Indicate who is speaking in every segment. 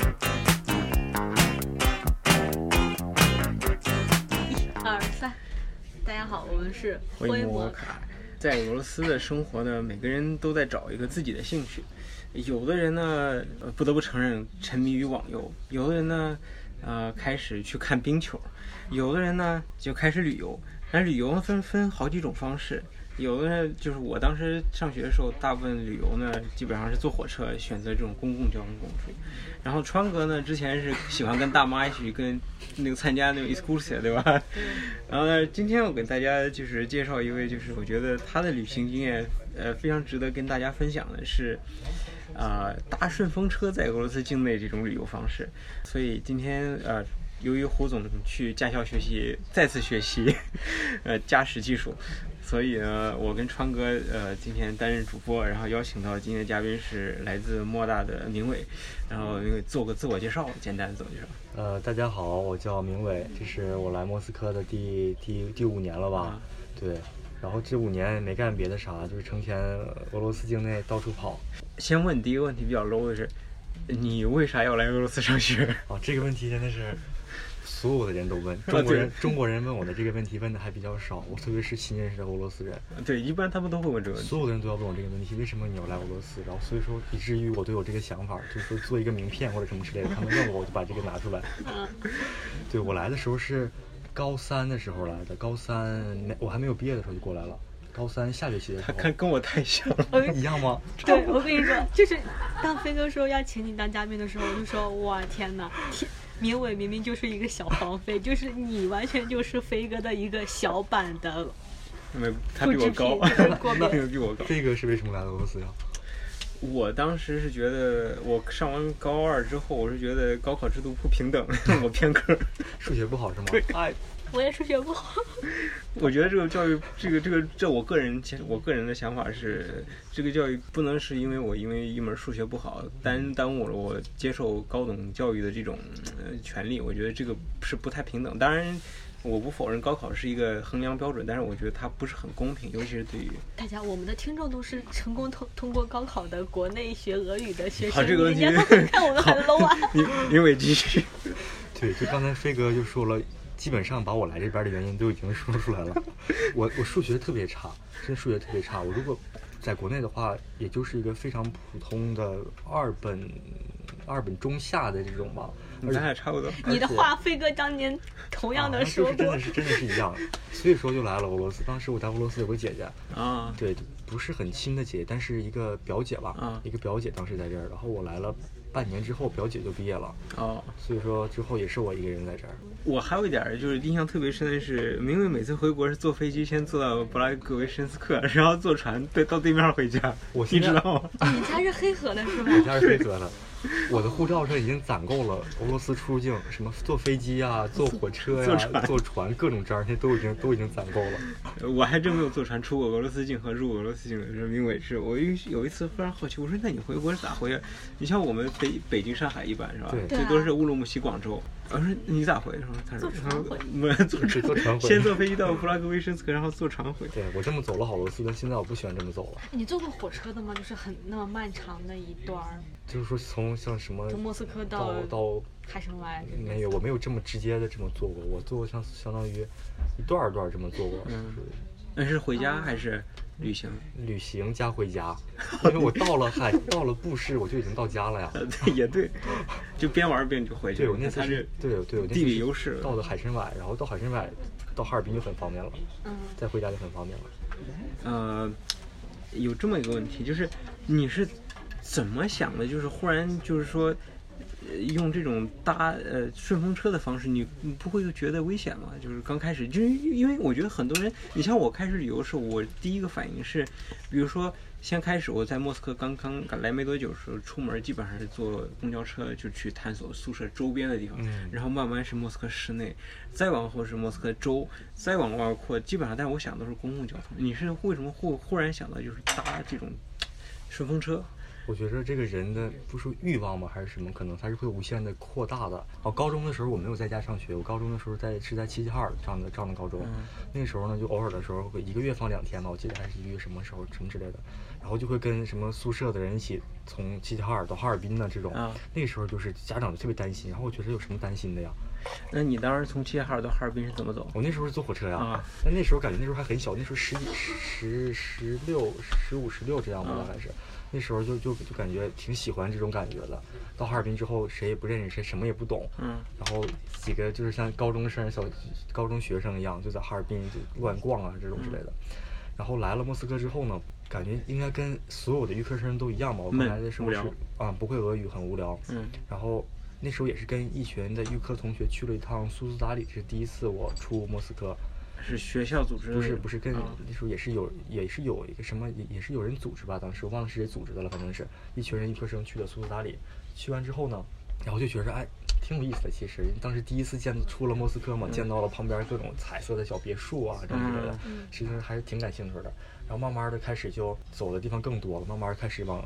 Speaker 1: 啊城市
Speaker 2: 维
Speaker 1: 摩
Speaker 2: 摩卡。在俄罗斯的生活呢，每个人都在找一个自己的兴趣。有的人呢，呃不得不承认沉迷于网游；有的人呢，呃，开始去看冰球；有的人呢，就开始旅游。但旅游分分好几种方式，有的人就是我当时上学的时候，大部分旅游呢，基本上是坐火车，选择这种公共交通工具。然后川哥呢，之前是喜欢跟大妈一起去跟那个参加那种 excursion，对吧？然后呢，今天我给大家就是介绍一位，就是我觉得他的旅行经验，呃，非常值得跟大家分享的是，呃，搭顺风车在俄罗斯境内这种旅游方式。所以今天呃，由于胡总去驾校学习，再次学习， 呃，驾驶技术，所以呢，我跟川哥呃今天担任主播，然后邀请到今天的嘉宾是来自莫大的明伟，然后那个做个自我介绍，简单的自我介绍。
Speaker 3: 呃，大家好，我叫明伟，这是我来莫斯科的第第第五年了吧？对，然后这五年也没干别的啥，就是成天俄罗斯境内到处跑。
Speaker 2: 先问第一个问题比较 low 的是，你为啥要来俄罗斯上学？
Speaker 3: 啊，这个问题真的是所有的人都问，中国人、中国人问我的这个问题问的还比较少，我特别是新认识的俄罗斯人，
Speaker 2: 对，一般他们都会问这个问题。
Speaker 3: 所有的人都要问我这个问题，为什么你要来俄罗斯？然后所以说以至于我都有这个想法，就是说做一个名片或者什么之类的，他们问我我就把这个拿出来。对我来的时候是高三的时候来的，高三没我还没有毕业的时候就过来了，高三下学期的时
Speaker 2: 他看
Speaker 3: 候。
Speaker 2: 跟我太像了。
Speaker 3: 一样吗？
Speaker 1: 对，我跟你说，就是当飞哥说要请你当嘉宾的时候，我就说，哇天哪，天明伟明明就是一个小黄飞，就是你完全就是飞哥的一个小版的
Speaker 2: 没，他
Speaker 1: 复
Speaker 2: 比
Speaker 1: 制
Speaker 2: 我
Speaker 1: 品，就，
Speaker 2: 高
Speaker 1: 是过
Speaker 2: 那
Speaker 1: 边。
Speaker 2: 个比我高。
Speaker 3: 这个是为什么来俄罗斯呀？
Speaker 2: 我当时是觉得，我上完高二之后，我是觉得高考制度不平等， 我偏科。
Speaker 3: 数学不好是吗？
Speaker 2: 哎，
Speaker 1: 我也数学不好，
Speaker 2: 我觉得这个教育，这个这个，这我个人，其实我个人的想法是，这个教育不能是因为我因为一门数学不好耽耽误了我接受高等教育的这种呃权利。我觉得这个是不太平等。当然，我不否认高考是一个衡量标准，但是我觉得它不是很公平，尤其是对于
Speaker 1: 大家我们的听众都是成功通通过高考的国内学俄语的学
Speaker 2: 好
Speaker 1: 生，
Speaker 2: 这个问
Speaker 1: 人
Speaker 2: 题
Speaker 1: 家都很看我 们很 low 啊。
Speaker 2: 你你伟继续。
Speaker 3: 对，就刚才飞哥就说了，基本上把我来这边的原因都已经说出来了。我我数学特别差，真数学特别差。我如果在国内的话，也就是一个非常普通的二本、二本中下的这种吧。而
Speaker 2: 咱
Speaker 3: 且
Speaker 2: 俩差不多。
Speaker 1: 你的话，飞哥当年同样
Speaker 3: 啊
Speaker 1: 的
Speaker 3: 那就
Speaker 1: 说
Speaker 3: 是真
Speaker 1: 过
Speaker 3: 的。是真的是一样，所以说就来了俄罗斯。当时我在俄罗斯有个姐姐，
Speaker 2: 啊，
Speaker 3: 对，不是很亲的姐，但是一个表姐吧，
Speaker 2: 啊
Speaker 3: 一个表姐当时在这儿，然后我来了半年之后，表姐就毕业了，
Speaker 2: 哦，
Speaker 3: 所以说之后也是我一个人在这儿。
Speaker 2: 我还有一点儿就是印象特别深的是，明明每次回国是坐飞机先坐到布拉格维申斯克，然后坐船对到对面回家，
Speaker 3: 我
Speaker 2: 你
Speaker 3: 现在
Speaker 2: 知道吗？
Speaker 1: 你家是黑河的是吧？
Speaker 3: 我家是飞哥的，我的护照上已经攒够了俄罗斯出入境，什么坐飞机 啊、坐火车呀、
Speaker 2: 坐船
Speaker 3: 坐船各种章，现在都已经都已经攒够了。
Speaker 2: 我还真没有坐船出过俄罗斯境和入俄罗斯境的时候，明伟是我有一有一次非常好奇，我说那你回国是咋回啊？你像我们北北京、上海一般是吧？
Speaker 3: 对
Speaker 2: 最多是乌鲁木齐、广州。我说你咋回？他说他说
Speaker 1: 坐船 回
Speaker 2: 没有坐
Speaker 3: 是
Speaker 2: 船，
Speaker 3: 坐船回
Speaker 2: 先坐飞机到布拉格维申斯克，然后坐船回。
Speaker 3: 对我这么走了好多次，但现在我不喜欢这么走了。
Speaker 1: 你坐过火车的吗？就是很那么漫长的一段儿，
Speaker 3: 就是说从像什么
Speaker 1: 从莫斯科
Speaker 3: 到到
Speaker 1: 海参崴。
Speaker 3: 没有，我没有这么直接的这么做过，我做过像相当于一段儿一段儿这么做过，
Speaker 2: 嗯
Speaker 3: 就是
Speaker 2: 那是回家还是旅行？
Speaker 3: 旅行加回家，因为我到了海， 到了布市，我就已经到家了呀。
Speaker 2: 呃， 对，也 对，就边玩边就回去。
Speaker 3: 对，我那次
Speaker 2: 他
Speaker 3: 是
Speaker 2: 是，
Speaker 3: 对对，我那次
Speaker 2: 地理
Speaker 3: 是
Speaker 2: 优势
Speaker 3: 到的海参崴，然后到海参崴，到哈尔滨就很方便了，
Speaker 1: 嗯，
Speaker 3: 再回家就很方便了。
Speaker 2: 呃，有这么一个问题，就是你是怎么想的？就是忽然就是说，呃用这种搭呃顺风车的方式，你你不会觉得危险吗？就是刚开始，就是因为我觉得很多人，你像我开始旅游的时候，我第一个反应是，比如说先开始我在莫斯科刚刚来没多久的时候，出门基本上是坐公交车就去探索宿舍周边的地方，
Speaker 3: 嗯
Speaker 2: 然后慢慢是莫斯科市内，再往后是莫斯科州，再往外扩，基本上但我想的都是公共交通。你是为什么忽忽然想到就是搭这种顺风车？
Speaker 3: 我觉着这个人的不说欲望吗，还是什么，可能他是会无限的扩大的。哦，高中的时候我没有在家上学，我高中的时候在是在齐齐哈尔上的上的高中，
Speaker 2: 嗯
Speaker 3: 那时候呢就偶尔的时候会一个月放两天吧，我记得还是一个月什么时候什么之类的，然后就会跟什么宿舍的人一起从齐齐哈尔到哈尔滨呢这种，
Speaker 2: 啊
Speaker 3: 那时候就是家长就特别担心，然后我觉得有什么担心的呀？
Speaker 2: 那你当时从齐齐哈尔到哈尔滨是怎么走？
Speaker 3: 我那时候是坐火车呀、
Speaker 2: 啊
Speaker 3: 但那时候感觉那时候还很小，那时候十几、十十六、十五、十六这样吧，
Speaker 2: 啊
Speaker 3: 大概是。那时候就就就感觉挺喜欢这种感觉的。到哈尔滨之后，谁也不认识，谁什么也不懂。
Speaker 2: 嗯
Speaker 3: 然后几个就是像高中生、小高中学生一样，就在哈尔滨就乱逛啊这种之类的。
Speaker 2: 嗯
Speaker 3: 然后来了莫斯科之后呢，感觉应该跟所有的预科生都一样吧。我刚
Speaker 2: 闷
Speaker 3: 来的时
Speaker 2: 无
Speaker 3: 候
Speaker 2: 聊
Speaker 3: 是啊，不会俄语，很无聊。
Speaker 2: 嗯
Speaker 3: 然后那时候也是跟一群的预科同学去了一趟苏斯达里，是第一次我出莫斯科，
Speaker 2: 是学校组织的那
Speaker 3: 不是
Speaker 2: 种
Speaker 3: 不是跟、
Speaker 2: 啊
Speaker 3: 那时候也是有也是有一个什么也也是有人组织吧，当时我忘了是谁组织的了，反正是一群人预科生去的苏斯达里，去完之后呢，然后就觉着哎。挺有意思的，其实当时第一次见出了莫斯科嘛，见到了旁边各种彩色的小别墅啊，这种之类的，
Speaker 2: 嗯
Speaker 3: 其实还是挺感兴趣的。然后慢慢的开始就走的地方更多了，慢慢开始往，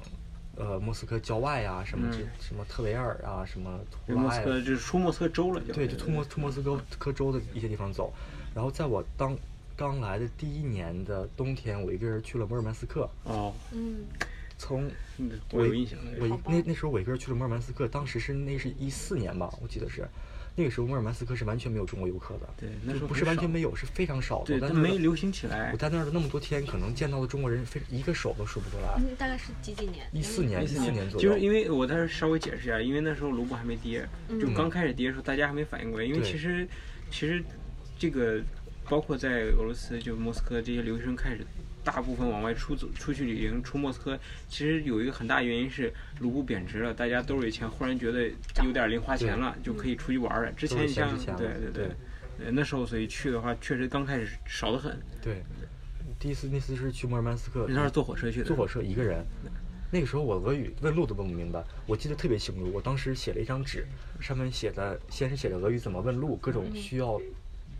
Speaker 3: 呃，莫斯科郊外啊，什么这、
Speaker 2: 嗯
Speaker 3: 什么特维尔啊，什么图
Speaker 2: 莫
Speaker 3: 拉
Speaker 2: 斯
Speaker 3: 呀，
Speaker 2: 科就是出莫斯科州了，就
Speaker 3: 对，就出莫出莫斯科科州的一些地方走。然后在我当刚来的第一年的冬天，我一个人去了摩尔曼斯克。
Speaker 2: 哦，
Speaker 1: 嗯，
Speaker 3: 从
Speaker 2: 嗯
Speaker 3: 我
Speaker 2: 我有
Speaker 3: 一
Speaker 2: 印象那个
Speaker 3: 我一
Speaker 1: 好吧
Speaker 3: 那那时候我一个人去了摩尔曼斯克，当时是那是一四年吧，我记得是。那个时候摩尔曼斯克是完全没有中国游客的，
Speaker 2: 对那
Speaker 3: 就
Speaker 2: 时候
Speaker 3: 不
Speaker 2: 很
Speaker 3: 是完
Speaker 2: 少
Speaker 3: 全没有，是非常少的。
Speaker 2: 对，
Speaker 3: 但
Speaker 2: 它
Speaker 3: 是
Speaker 2: 没流行起来
Speaker 3: 我。在那儿的那么多天，可能见到的中国人非一个手都数不过
Speaker 2: 嗯
Speaker 3: 来。
Speaker 1: 嗯大概是几几年？
Speaker 3: 一四年，一四年左右，
Speaker 2: 就是因为我在这稍微解释一下，因为那时候卢布还没跌，就
Speaker 3: 嗯
Speaker 2: 刚开始跌的时候，大家还没反应过来。因为
Speaker 3: 对
Speaker 2: 其实，其实这个包括在俄罗斯，就莫斯科这些留学生开始大部分往外出走、出去旅行、出莫斯科，其实有一个很大原因是卢布贬值了，大家兜里钱忽然觉得有点零花钱了，就可以出去玩儿了。之前你
Speaker 3: 钱
Speaker 2: 像
Speaker 3: 之前
Speaker 2: 对
Speaker 3: 了
Speaker 2: 对
Speaker 3: 对
Speaker 2: 呃那时候所以去的话，确实刚开始少得很。
Speaker 3: 对，第一次那次是去摩尔曼斯克，
Speaker 2: 你那是坐火车去的？
Speaker 3: 坐火车一个人。那个时候我俄语问路都问不明白，我记得特别清楚。我当时写了一张纸，上面写的先是写着俄语怎么问路，各种需要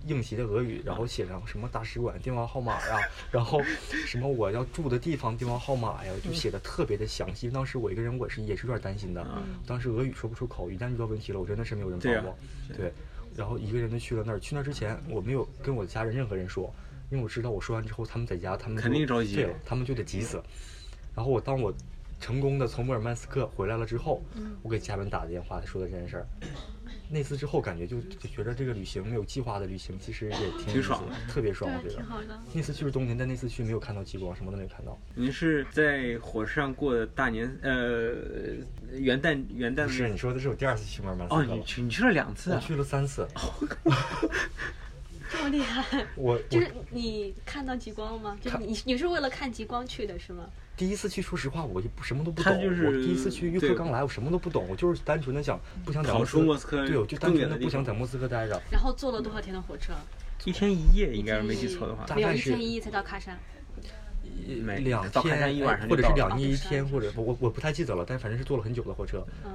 Speaker 3: 应急的俄语，然后写上什么大使馆电话号码呀、然后什么我要住的地方电话号码呀，就写的特别的详细。当时我一个人我是也是有点担心的，当时俄语说不出口，一旦遇到问题了，我真的是没有人帮
Speaker 2: 对啊
Speaker 3: 我。对，然后一个人就去了那儿。去那儿之前，我没有跟我家人任何人说，因为我知道我说完之后，他们在家，他们就
Speaker 2: 肯定着急
Speaker 3: 对了，他们就得急死。然后我当我成功的从摩尔曼斯克回来了之后，
Speaker 1: 嗯
Speaker 3: 我给家人打了电话，说的这件事儿。那次之后，感觉就就觉得这个旅行没有计划的旅行，其实也挺有意思
Speaker 2: 爽的
Speaker 3: 的，特别爽，我
Speaker 1: 对，啊
Speaker 3: 觉
Speaker 1: 挺
Speaker 3: 得。
Speaker 1: 好的。
Speaker 3: 那次去是冬天，但那次去没有看到极光，什么都没有看到。
Speaker 2: 您是在火车上过的大年呃元旦元旦
Speaker 3: 不是，你说的是我第二次去摩尔曼斯克
Speaker 2: 哦，
Speaker 3: 了
Speaker 2: 你去你去了两次
Speaker 3: 我
Speaker 2: 啊？
Speaker 3: 去了三次，
Speaker 1: 这么厉害，
Speaker 3: 我
Speaker 1: 就
Speaker 3: 我
Speaker 1: 是你看到极光了吗？就是
Speaker 3: 看
Speaker 1: 你你是为了看极光去的是吗？
Speaker 3: 第一次去，说实话，我就不什么都不
Speaker 2: 他
Speaker 3: 懂。
Speaker 2: 就是
Speaker 3: 我第一次去预科
Speaker 2: 对
Speaker 3: 刚来，我什么都不懂，我就是单纯的想不想在
Speaker 2: 逃出莫斯科
Speaker 3: 对，我就单
Speaker 2: 更远
Speaker 3: 纯
Speaker 2: 的
Speaker 3: 的
Speaker 2: 地
Speaker 3: 不想在
Speaker 2: 方
Speaker 3: 莫斯科待着。
Speaker 1: 然后坐了多少天的火车？
Speaker 2: 一天一夜，应该是没记错的话
Speaker 3: 大，
Speaker 1: 没有
Speaker 3: 概
Speaker 1: 一
Speaker 3: 是
Speaker 1: 天一夜才到喀山。
Speaker 3: 一
Speaker 2: 没
Speaker 3: 两
Speaker 2: 到喀山
Speaker 3: 天
Speaker 2: 一晚上
Speaker 3: 或
Speaker 2: 就
Speaker 3: 者
Speaker 2: 到
Speaker 3: 是
Speaker 2: 了
Speaker 3: 两夜一
Speaker 1: 哦是啊
Speaker 3: 天，
Speaker 1: 是
Speaker 3: 或者我我我不太记得了，但反正是坐了很久的火车。
Speaker 1: 嗯，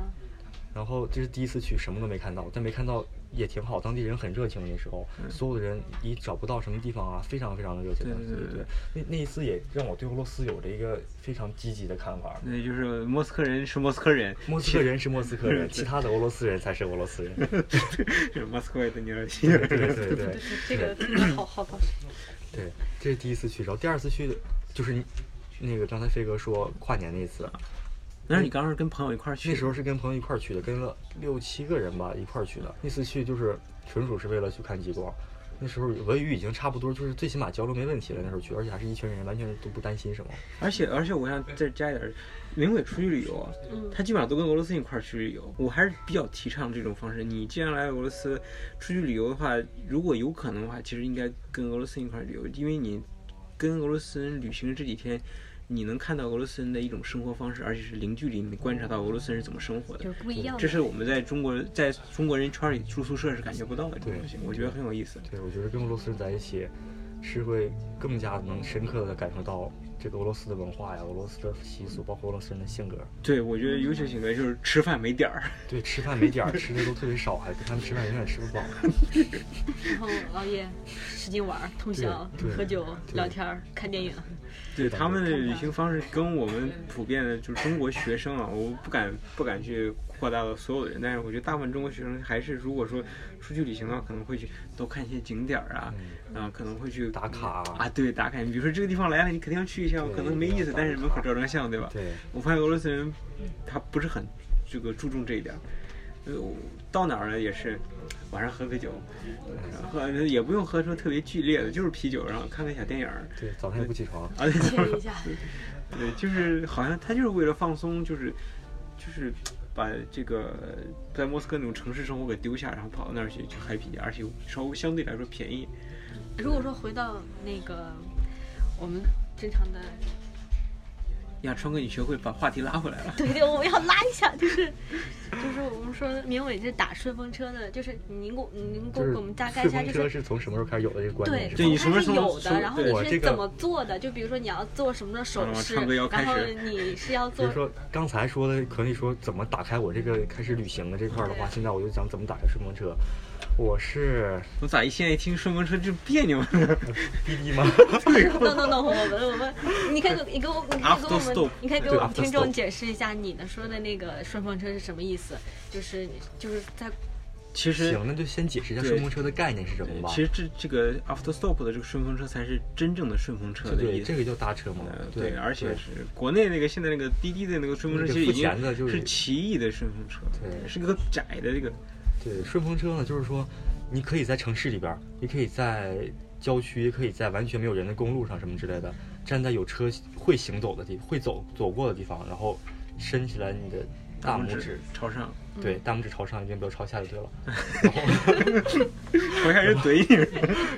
Speaker 3: 然后这是第一次去，什么都没看到，但没看到也挺好，当地人很热情。那时候、所有的人一找不到什么地方啊，非常非常的热情。
Speaker 2: 嗯对对对对
Speaker 3: 那那一次也让我对俄罗斯有了一个非常积极的看法。
Speaker 2: 那就是莫斯科人是莫斯科人，
Speaker 3: 莫斯科人是莫斯科人，其他的俄罗斯人才是俄罗斯 人。
Speaker 2: 是莫斯科的牛肉
Speaker 3: 对对对对
Speaker 1: 对，这个这个好好吧。
Speaker 3: 对，这是第一次去，然后第二次去的就是你那个刚才飞哥说跨年那
Speaker 2: 啊
Speaker 3: 次，
Speaker 2: 那是你刚刚是跟朋友一块儿去的？
Speaker 3: 那时候是跟朋友一块儿去的，跟了六七个人吧一块儿去的。那次去就是纯属是为了去看极光。那时候俄语已经差不多，就是最起码交流没问题了。那时候去，而且还是一群人，完全都不担心什么。
Speaker 2: 而且而且我想再加一点儿，明伟出去旅游啊，
Speaker 1: 嗯
Speaker 2: 他基本上都跟俄罗斯一块儿去旅游。我还是比较提倡这种方式。你既然来俄罗斯出去旅游的话，如果有可能的话，其实应该跟俄罗斯一块儿旅游，因为你跟俄罗斯人旅行这几天。你能看到俄罗斯人的一种生活方式，而且是零距离，你观察到俄罗斯人是怎么生活的
Speaker 1: 就，是不一样的
Speaker 2: 这是我们在中国在中国人圈里住宿舍是感觉不到的这种东西，我觉得很有意思。
Speaker 3: 对，我觉得跟俄罗斯人在一起，是会更加能深刻的感受到这个俄罗斯的文化呀、俄罗斯的习俗，包括俄罗斯人的性格。
Speaker 2: 对，我觉得尤其性格就是吃饭没点儿，
Speaker 3: 对，吃饭没点儿，吃的都特别少，还跟他们吃饭永远吃不饱。
Speaker 1: 然后熬夜、使劲玩儿、通宵
Speaker 3: 对、对
Speaker 1: 喝酒、
Speaker 3: 对
Speaker 1: 聊天儿、看 电影。
Speaker 2: 对他们的旅行方式跟我们普遍的，就是中国学生啊，我不敢不敢去扩大到所有的人，但是我觉得大部分中国学生还是，如果说出去旅行的话，可能会去多看一些景点儿啊，
Speaker 3: 嗯
Speaker 2: 啊、可能会去
Speaker 3: 打卡
Speaker 2: 啊，对，打卡。你比如说这个地方来了，你肯定要去一下，
Speaker 3: 对
Speaker 2: 可能没意思，但是门口照张相，对吧？
Speaker 3: 对，
Speaker 2: 我发现俄罗斯人他不是很这个注重这一点儿，呃，我到哪儿了也是晚上喝个酒，然后也不用喝出特别剧烈的，就是啤酒，然后看个小电影儿。
Speaker 3: 对，早上也不起床，
Speaker 2: 啊，对
Speaker 1: 切一下，
Speaker 2: 对，就是好像他就是为了放松，就是就是把这个在莫斯科那种城市生活给丢下，然后跑到那儿去去 happy，而且稍微相对来说便宜。
Speaker 1: 如果说回到那个我们正常的，
Speaker 2: 亚川哥，你学会把话题拉回来了。
Speaker 1: 对对，我们要拉一下，就是就是我们说明伟是打顺风车的，就是您给我您给
Speaker 3: 就是
Speaker 1: 我们大概一
Speaker 3: 顺
Speaker 1: 下，
Speaker 3: 风
Speaker 1: 就
Speaker 3: 车
Speaker 1: 是。
Speaker 3: 是从什么时候开始有的这个观
Speaker 1: 对
Speaker 2: 对
Speaker 3: 念？，
Speaker 1: 从
Speaker 2: 你什么
Speaker 1: 它
Speaker 2: 时
Speaker 1: 是
Speaker 2: 候
Speaker 1: 有
Speaker 2: 从
Speaker 1: 的，然后
Speaker 3: 我
Speaker 1: 你
Speaker 3: 这
Speaker 1: 是
Speaker 3: 个
Speaker 1: 怎么做的？就比如说你要做什么的手
Speaker 2: 啊
Speaker 1: 势，
Speaker 2: 唱歌要开
Speaker 1: 然后
Speaker 2: 始
Speaker 1: 你是要
Speaker 3: 所
Speaker 1: 做
Speaker 3: 以说刚才说的，可以说怎么打开我这个开始旅行的这块儿的话，
Speaker 1: 对
Speaker 3: 现在我就讲怎么打开顺风车。我是
Speaker 2: 我咋一现在一听顺风车就别扭了？
Speaker 3: 滴滴吗？
Speaker 1: no no no，我们我们，你可以给你给我， 你可以
Speaker 2: After
Speaker 1: 给我
Speaker 2: stop
Speaker 1: 们，你可以给我
Speaker 3: 对
Speaker 1: 们
Speaker 2: 啊
Speaker 3: after
Speaker 1: 听众
Speaker 3: stop
Speaker 1: 解释一下你的说的那个顺风车是什么意思？就是你就是在
Speaker 2: 其实
Speaker 3: 行，那就先解释一下
Speaker 2: 对
Speaker 3: 顺风车的概念是什么吧。
Speaker 2: 其实这这个 after stop 的这个顺风车才是真正的顺风车的
Speaker 3: 对，
Speaker 2: 意思
Speaker 3: 这。个叫搭车嘛
Speaker 2: 呃。
Speaker 3: 对，
Speaker 2: 而且
Speaker 3: 对
Speaker 2: 是国内那个现在那个滴滴的那个顺风车，
Speaker 3: 那个
Speaker 2: 其实已
Speaker 3: 付钱的就
Speaker 2: 经
Speaker 3: 是
Speaker 2: 是奇异的顺风车，
Speaker 3: 对
Speaker 2: 是个窄的这个，
Speaker 3: 对，顺风车呢，就是说，你可以在城市里边儿，也可以在郊区，也可以在完全没有人的公路上什么之类的，站在有车会行走的地，会走走过的地方，然后伸起来你的大拇指，
Speaker 2: 朝上，
Speaker 3: 对，大拇指朝上，一定不要朝下 就对了。
Speaker 2: 朝下人怼 你。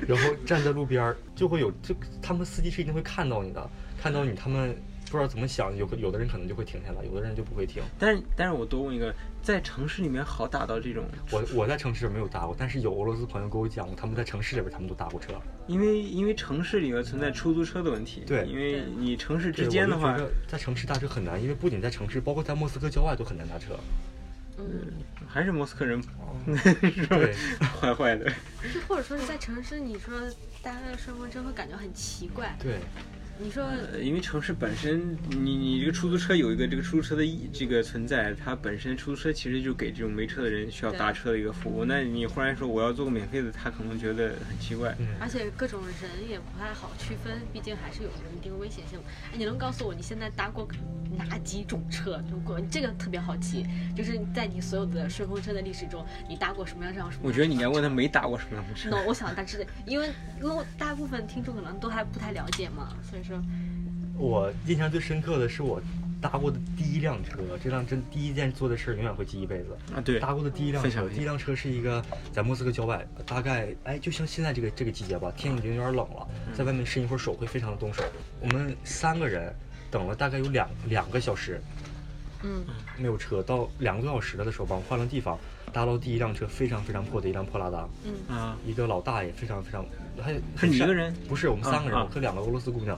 Speaker 3: 然后站在路边儿，就会有就他们司机是一定会看到你的，看到你，他们不知道怎么想，有个有的人可能就会停下来，有的人就不会停。
Speaker 2: 但是但是我多问一个，在城市里面好打到这种，
Speaker 3: 我我在城市里没有搭过，但是有俄罗斯朋友跟我讲过，他们在城市里边儿他们都搭过车。
Speaker 2: 因为因为城市里面存在出租车的问题，
Speaker 3: 对
Speaker 2: 因为你城市
Speaker 3: 对
Speaker 2: 之间的话
Speaker 3: 我就，觉得在城市搭车很难，因为不仅在城市，包括在莫斯科郊外都很难搭 车。
Speaker 1: 嗯，
Speaker 2: 还是莫斯科人， 是吧
Speaker 3: 对？
Speaker 2: 坏坏的。
Speaker 1: 就或者说是在城市，你说搭那个顺风车会感觉很奇怪。
Speaker 3: 对，
Speaker 1: 你说
Speaker 2: 呃，因为城市本身，你你这个出租车有一个这个出租车的意这个存在，它本身出租车其实就给这种没车的人需要
Speaker 1: 对
Speaker 2: 搭车的一个服务。那你忽然说我要做个免费的，他可能觉得很奇怪。
Speaker 3: 嗯，
Speaker 1: 而且各种人也不太好区分，毕竟还是有一定危险性。哎，你能告诉我你现在搭过哪几种车？如果这个特别好奇，就是在你所有的顺风车的历史中，你搭过什么样这样什么样？
Speaker 2: 我觉得你应该问他没搭过什么样的车
Speaker 1: no，。我想大致，因为因为大部分听众可能都还不太了解嘛，所以说
Speaker 3: 我印象最深刻的是我搭过的第一辆车，这辆真第一件做的事儿永远会记一辈子。
Speaker 2: 啊，对，
Speaker 3: 搭过的第一辆
Speaker 2: 分享
Speaker 3: 车，
Speaker 2: 一下
Speaker 3: 第一辆车是一个在莫斯科郊外，大概哎，就像现在这个这个季节吧，天已经有点冷了，
Speaker 2: 嗯
Speaker 3: 在外面伸一会儿手会非常的冻手。我们三个人等了大概有两两个小时，
Speaker 1: 嗯，
Speaker 3: 没有车，到两个多小时了的时候吧，我换了地方，搭到第一辆车，非常非常破的一辆破拉达，
Speaker 1: 嗯
Speaker 2: 啊，
Speaker 3: 一个老大爷非常非常，还
Speaker 2: 是你一
Speaker 3: 善
Speaker 2: 个人
Speaker 3: 不是我们三个人，
Speaker 2: 啊啊
Speaker 3: 我和两个俄罗斯姑娘，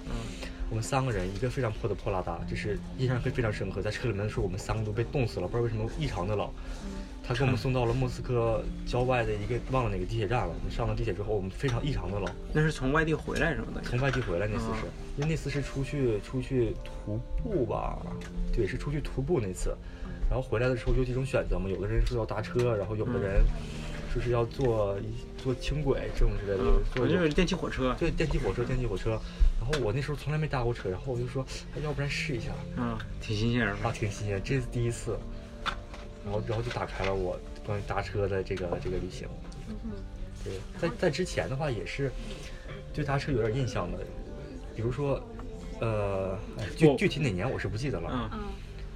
Speaker 3: 我们三个人，一个非常破的破拉达，就是印象会非常深刻。在车里面的时候，我们三个都被冻死了，不知道为什么异常的冷。他给我们送到了莫斯科郊外的一个忘了哪个地铁站了。我们上了地铁之后，我们非常异常的冷，
Speaker 2: 那是从外地回来什么的。
Speaker 3: 从外地回来那次是
Speaker 2: 啊，
Speaker 3: 因为那次是出去出去徒步吧，对，是出去徒步那次。然后回来的时候有几种选择嘛，有的人说要搭车，然后有的人就是要坐一坐轻轨这种之类的，
Speaker 2: 嗯，
Speaker 3: 坐
Speaker 2: 我就是电气火车。啊
Speaker 3: 对，电气火车，电气火车。然后我那时候从来没搭过车，然后我就说，哎要不然试一下，
Speaker 2: 嗯，挺新鲜
Speaker 3: 啊，
Speaker 2: 的。
Speaker 3: 挺新鲜，这是第一次。然后，然后就打开了我关于搭车的这个这个旅行。
Speaker 1: 嗯哼，
Speaker 3: 对，在在之前的话也是对搭车有点印象的，比如说，呃，哎具
Speaker 2: 我
Speaker 3: 具体哪年我是不记得了。
Speaker 1: 嗯，
Speaker 2: 嗯，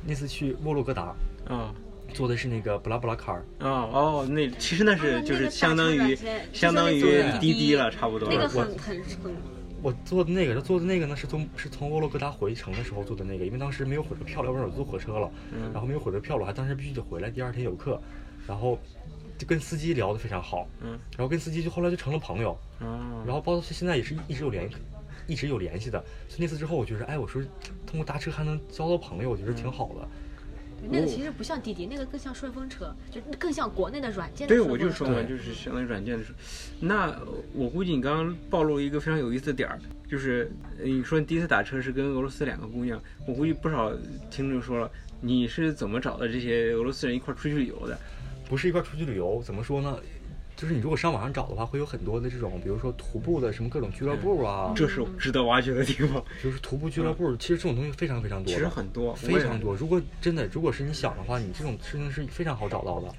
Speaker 3: 那次去摩洛哥达
Speaker 2: 啊。
Speaker 3: 坐的是那个布拉布拉卡尔，
Speaker 2: 哦哦，那其实那
Speaker 1: 啊
Speaker 2: 是
Speaker 1: 那
Speaker 2: 就
Speaker 1: 个
Speaker 2: 是
Speaker 1: 打
Speaker 2: 相当
Speaker 1: 车软
Speaker 2: 于
Speaker 1: 件
Speaker 2: 相当于
Speaker 1: 就像那种
Speaker 2: 滴
Speaker 1: 滴滴
Speaker 2: 滴了，差不多。
Speaker 1: 嗯那个
Speaker 3: 我
Speaker 1: 很很很，
Speaker 3: 我坐的那个，坐的那个呢是从是从欧洛格达回城的时候坐的那个，因为当时没有火车票了，要不然我坐火车了。
Speaker 2: 嗯
Speaker 3: 然后没有火车票了，还当时必须得回来，第二天有课。然后就跟司机聊得非常好，
Speaker 2: 嗯，
Speaker 3: 然后跟司机就后来就成了朋友，
Speaker 2: 哦，
Speaker 3: 然后包括现在也是一直有联，一直有联系的。所以那次之后，我觉得，哎，我说通过搭车还能交到朋友，我觉得挺好的。
Speaker 1: 那
Speaker 2: 哦
Speaker 1: 个其实不像滴滴，那个更像顺风车，就更像国内的软件的
Speaker 2: 对，
Speaker 1: 顺
Speaker 2: 我
Speaker 1: 风
Speaker 2: 就
Speaker 1: 车
Speaker 2: 说嘛，就
Speaker 3: 对
Speaker 2: 是相当于软件的时候。那我估计你刚刚暴露了一个非常有意思的点儿，就是呃你说你第一次打车是跟俄罗斯两个姑娘，我估计不少听众说了，你是怎么找到这些俄罗斯人一块儿出去旅游的？
Speaker 3: 不是一块儿出去旅游，怎么说呢？就是你如果上网上找的话，会有很多的这种，比如说徒步的什么各种俱乐部啊，
Speaker 2: 这是我值得挖掘的地方，
Speaker 3: 就是徒步俱乐部，其实这种东西非常非常多
Speaker 2: 其
Speaker 3: 的，
Speaker 2: 实很多，
Speaker 3: 非常，多。如果真的，如果是你想的话，你这种事情是非常好找到的。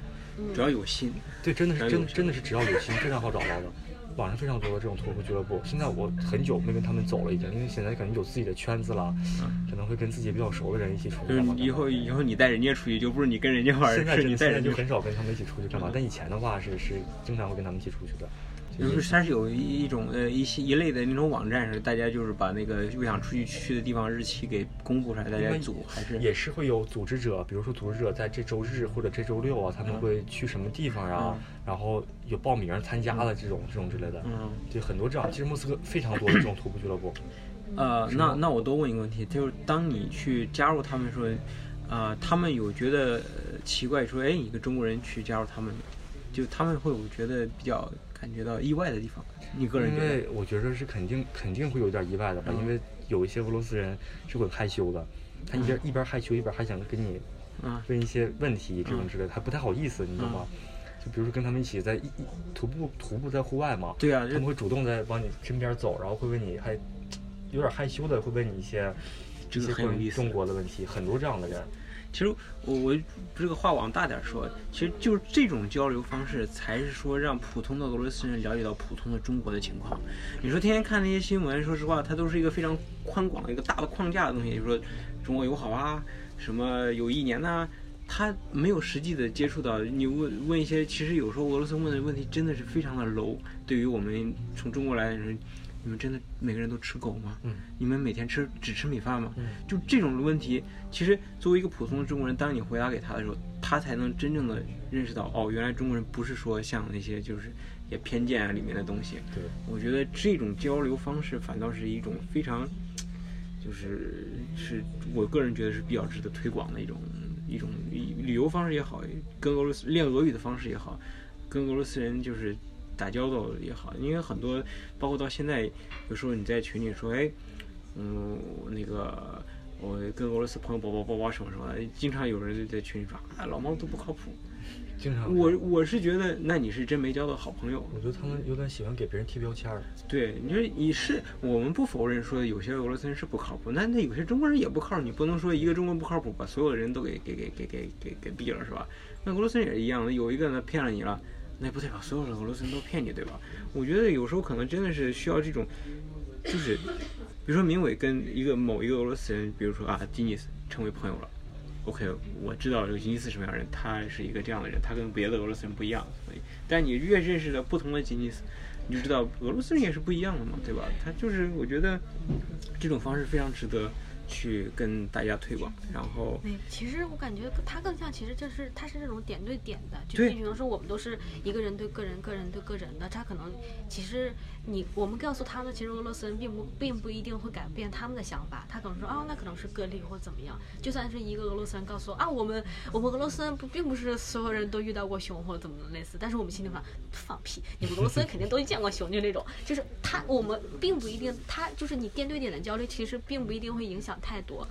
Speaker 2: 只要有心。
Speaker 3: 对，真的是
Speaker 2: 然后
Speaker 3: 真
Speaker 2: 哎有
Speaker 3: 的真的是只要有心，非常好找到的。网上非常多的这种徒步俱乐部，现在我很久没跟他们走了，已经，因为现在可能有自己的圈子了，可能会跟自己比较熟的人一起出去
Speaker 2: 嗯就
Speaker 3: 干
Speaker 2: 是
Speaker 3: 嘛干嘛。
Speaker 2: 以后以后你带人家出去，就不是你跟人家玩
Speaker 3: 现
Speaker 2: 儿，
Speaker 3: 在
Speaker 2: 是
Speaker 3: 真
Speaker 2: 你
Speaker 3: 的
Speaker 2: 带
Speaker 3: 现在
Speaker 2: 人家
Speaker 3: 就
Speaker 2: 出去
Speaker 3: 很少跟他们一起出
Speaker 2: 嗯
Speaker 3: 去干嘛，但以前的话是是经常会跟他们一起出去的。
Speaker 2: 就是它是有一一种呃一些一类的那种网站，是大家就是把那个又想出去去的地方日期给公布出来，大
Speaker 3: 因
Speaker 2: 家
Speaker 3: 为
Speaker 2: 组还是
Speaker 3: 也是会有组织者，比如说组织者在这周日或者这周六啊，他
Speaker 2: 嗯
Speaker 3: 们会去什么地方啊，然后有报名参加的这种这种之类的，
Speaker 2: 嗯
Speaker 3: 对，很多这样。其实莫斯科非常多的这种徒步俱乐部，
Speaker 2: 呃，那那我多问一个问题，就是当你去加入他们的时候，呃，他们有觉得呃奇怪说，哎，你一个中国人去加入他们，就他们会有觉得比较感觉到意外的地方，你个人
Speaker 3: 因
Speaker 2: 觉得？嗯
Speaker 3: 为我觉得是肯定肯定会有点意外的吧，因为有一些俄罗斯人是会害羞的，他一
Speaker 2: 嗯
Speaker 3: 边一边害羞一边还想跟你
Speaker 2: 啊
Speaker 3: 问一些问题这种
Speaker 2: 嗯
Speaker 3: 之类的，还不太好意思，你知道吗？就比如说跟他们一起在一一徒步徒步在户外嘛，
Speaker 2: 对啊，
Speaker 3: 他
Speaker 2: 就
Speaker 3: 们会主动在往你身边走，然后会问你还有点害羞的会问你一些
Speaker 2: 这
Speaker 3: 一
Speaker 2: 个
Speaker 3: 些
Speaker 2: 很有
Speaker 3: 关于
Speaker 2: 意思
Speaker 3: 中国的问题，很多这样的人。
Speaker 2: 其实我我这个话往大点说，其实就是这种交流方式，才是说让普通的俄罗斯人了解到普通的中国的情况。你说天天看那些新闻，说实话，它都是一个非常宽广的一个大的框架的东西，比如说中国友好啊，什么有一年呐、他没有实际的接触到你问问一些，其实有时候俄罗斯问的问题真的是非常的 low。对于我们从中国来的人，你们真的每个人都吃狗吗？
Speaker 3: 嗯，
Speaker 2: 你们每天吃只吃米饭吗？
Speaker 3: 嗯
Speaker 2: 就这种问题，其实作为一个普通的中国人，当你回答给他的时候，他才能真正的认识到，哦，原来中国人不是说像那些就是也偏见啊里面的东西。
Speaker 3: 对，
Speaker 2: 我觉得这种交流方式反倒是一种非常，就是是我个人觉得是比较值得推广的一种一种旅旅游方式也好，跟俄罗斯练俄语的方式也好，跟俄罗斯人就是打交道也好，因为很多包括到现在，有时候你在群里说，哎，嗯，那个。我跟俄罗斯朋友宝宝宝宝什么什么的，经常有人在群里说啊，老毛都不靠谱。
Speaker 3: 经常
Speaker 2: 我我是觉得，那你是真没交到好朋友。
Speaker 3: 我觉得他们有点喜欢给别人贴标签儿。
Speaker 2: 对，你说你是，我们不否认说有些俄罗斯人是不靠谱，那那有些中国人也不靠谱，你不能说一个中国人不靠谱把所有的人都给给给给给给给毙了是吧？那俄罗斯人也是一样的，有一个呢骗了你了，那也不代表所有的俄罗斯人都骗你，对吧？我觉得有时候可能真的是需要这种，就是比如说明伟跟一个某一个俄罗斯人，比如说啊吉尼斯成为朋友了。OK，我知道这个吉尼斯什么样的人，他是一个这样的人，他跟别的俄罗斯人不一样，所以，但你越认识了不同的吉尼斯，你就知道俄罗斯人也是不一样的嘛，对吧？他就是我觉得这种方式非常值得去跟大家推广，然后
Speaker 1: 哎，其实我感觉它更像，其实就是它是这种点对点的，就
Speaker 2: 对
Speaker 1: 比如说我们都是一个人对个人，个人对个人的，他可能其实你我们告诉他们，其实俄罗斯人并不并不一定会改变他们的想法，他可能说啊、那可能是个例或怎么样，就算是一个俄罗斯人告诉我啊，我们我们俄罗斯人不并不是所有人都遇到过熊或怎么类似，但是我们心里话放屁，你们俄罗斯人肯定都见过熊，就那种，就是他我们并不一定，他就是你点对点的交流，其实并不一定会影响太多。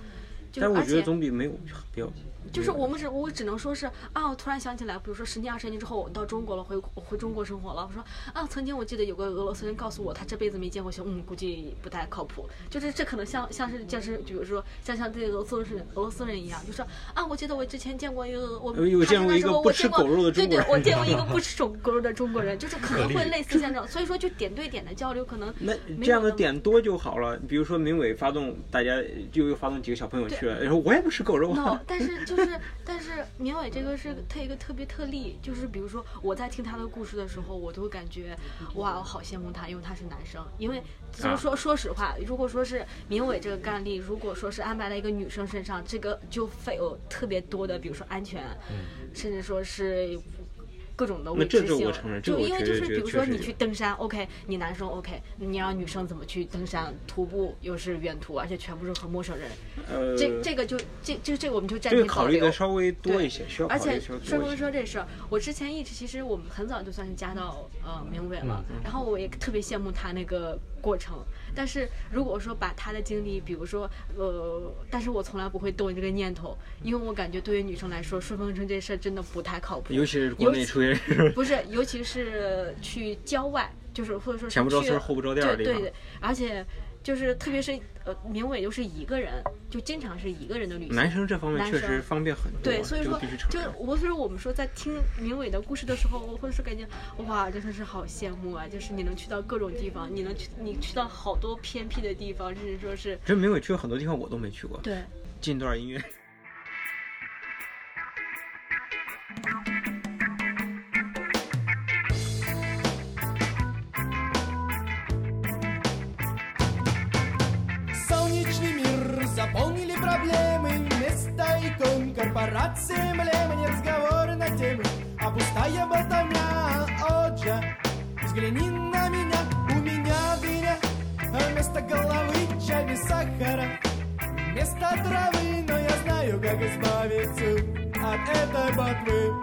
Speaker 1: 就
Speaker 2: 但我
Speaker 1: 而
Speaker 2: 觉得
Speaker 1: 且。
Speaker 2: 总比没有标，
Speaker 1: 就是我们只我只能说是啊，我突然想起来，比如说十年二十年之后，我到中国了，回我回中国生活了。我说啊，曾经我记得有个俄罗斯人告诉我，他这辈子没见过熊，嗯，估计不太靠谱。就是这可能像像是就是比如说像像这个俄罗斯人俄罗斯人一样，就是啊，我记得我之前见过一个我
Speaker 2: 呃有见过一个不吃
Speaker 1: 爬山的时候我见过
Speaker 2: 狗肉的中国人
Speaker 1: 对对，我见过 一个不吃狗肉的中国人，就是可能
Speaker 3: 可
Speaker 1: 会
Speaker 3: 立
Speaker 1: 类似像这种，所以说就点对点的交流，可能
Speaker 2: 那
Speaker 1: 没
Speaker 2: 这样
Speaker 1: 有
Speaker 2: 的
Speaker 1: 那么
Speaker 2: 点多就好了。比如说明伟发动大家就又发动几个小朋友去了，然后我也不吃狗肉啊，
Speaker 1: no，但是就是，但是明伟这个是他一个特别特例，就是比如说我在听他的故事的时候，我都会感觉，哇，我好羡慕他，因为他是男生。因为就
Speaker 2: 啊
Speaker 1: 是说、说实话，如果说是明伟这个案例，如果说是安排在一个女生身上，这个就会有特别多的，比如说安全，甚至说是各种的
Speaker 2: 嗯那
Speaker 1: 未
Speaker 2: 这
Speaker 1: 知
Speaker 2: 这
Speaker 1: 性。
Speaker 2: 我承认这
Speaker 1: 就
Speaker 2: 我
Speaker 1: 因为
Speaker 2: 绝
Speaker 1: 就
Speaker 2: 对
Speaker 1: 是
Speaker 2: 觉
Speaker 1: 比
Speaker 2: 得
Speaker 1: 如
Speaker 2: 确
Speaker 1: 说
Speaker 2: 实
Speaker 1: 你
Speaker 2: 有
Speaker 1: 去登山，OK，你男生 OK，你让女生怎么去登山徒步，又是远途，而且全部是和陌生人，
Speaker 2: 呃，
Speaker 1: 这这个就这这这个我们就暂
Speaker 2: 这
Speaker 1: 停
Speaker 2: 个考
Speaker 1: 保
Speaker 2: 虑
Speaker 1: 留
Speaker 2: 的。稍微多
Speaker 1: 对
Speaker 2: 一些，需要考
Speaker 1: 而且
Speaker 2: 虑的稍微
Speaker 1: 顺
Speaker 2: 多一
Speaker 1: 风
Speaker 2: 些。
Speaker 1: 车这事儿，我之前一直其实我们很早就算是加到呃明伟
Speaker 2: 嗯
Speaker 1: 了，然后我也特别羡慕他那个过程。但是如果说把他的经历，比如说呃，但是我从来不会动这个念头，因为我感觉对于女生来说，顺风车这事儿真的不太靠谱。
Speaker 2: 尤其是
Speaker 1: 尤
Speaker 2: 国内
Speaker 1: 其
Speaker 2: 出现这 种
Speaker 1: 不是，尤其是去郊外，就是或者说是
Speaker 2: 前不着
Speaker 1: 去
Speaker 2: 村儿后不着店儿的
Speaker 1: 对
Speaker 2: 地
Speaker 1: 对
Speaker 2: 方
Speaker 1: 对，而且就是特别是呃，明伟又是一个人，就经常是一个人的旅行。
Speaker 2: 男生这方面
Speaker 1: 男
Speaker 2: 确
Speaker 1: 生
Speaker 2: 实方便很多，
Speaker 1: 对，所以
Speaker 2: 这个
Speaker 1: 说
Speaker 2: 必须承
Speaker 1: 就
Speaker 2: 认。
Speaker 1: 我所以说我们说在听明伟的故事的时候，我会说感觉哇，真的是好羡慕啊！就是你能去到各种地方，你能去你去到好多偏僻的地方，甚至说是
Speaker 2: 真没有去过很多地方，我都没去过。
Speaker 1: 对。
Speaker 2: 进段音乐。
Speaker 4: Солнечный мир заполнили проблемы Вместо икон корпорации эмблемы Не разговоры на темы, а пустая болтовня Отже, взгляни на меня, у меня дыря А вместо головы чай без сахара Вместо травы, но я знаю, как избавиться От этой ботвы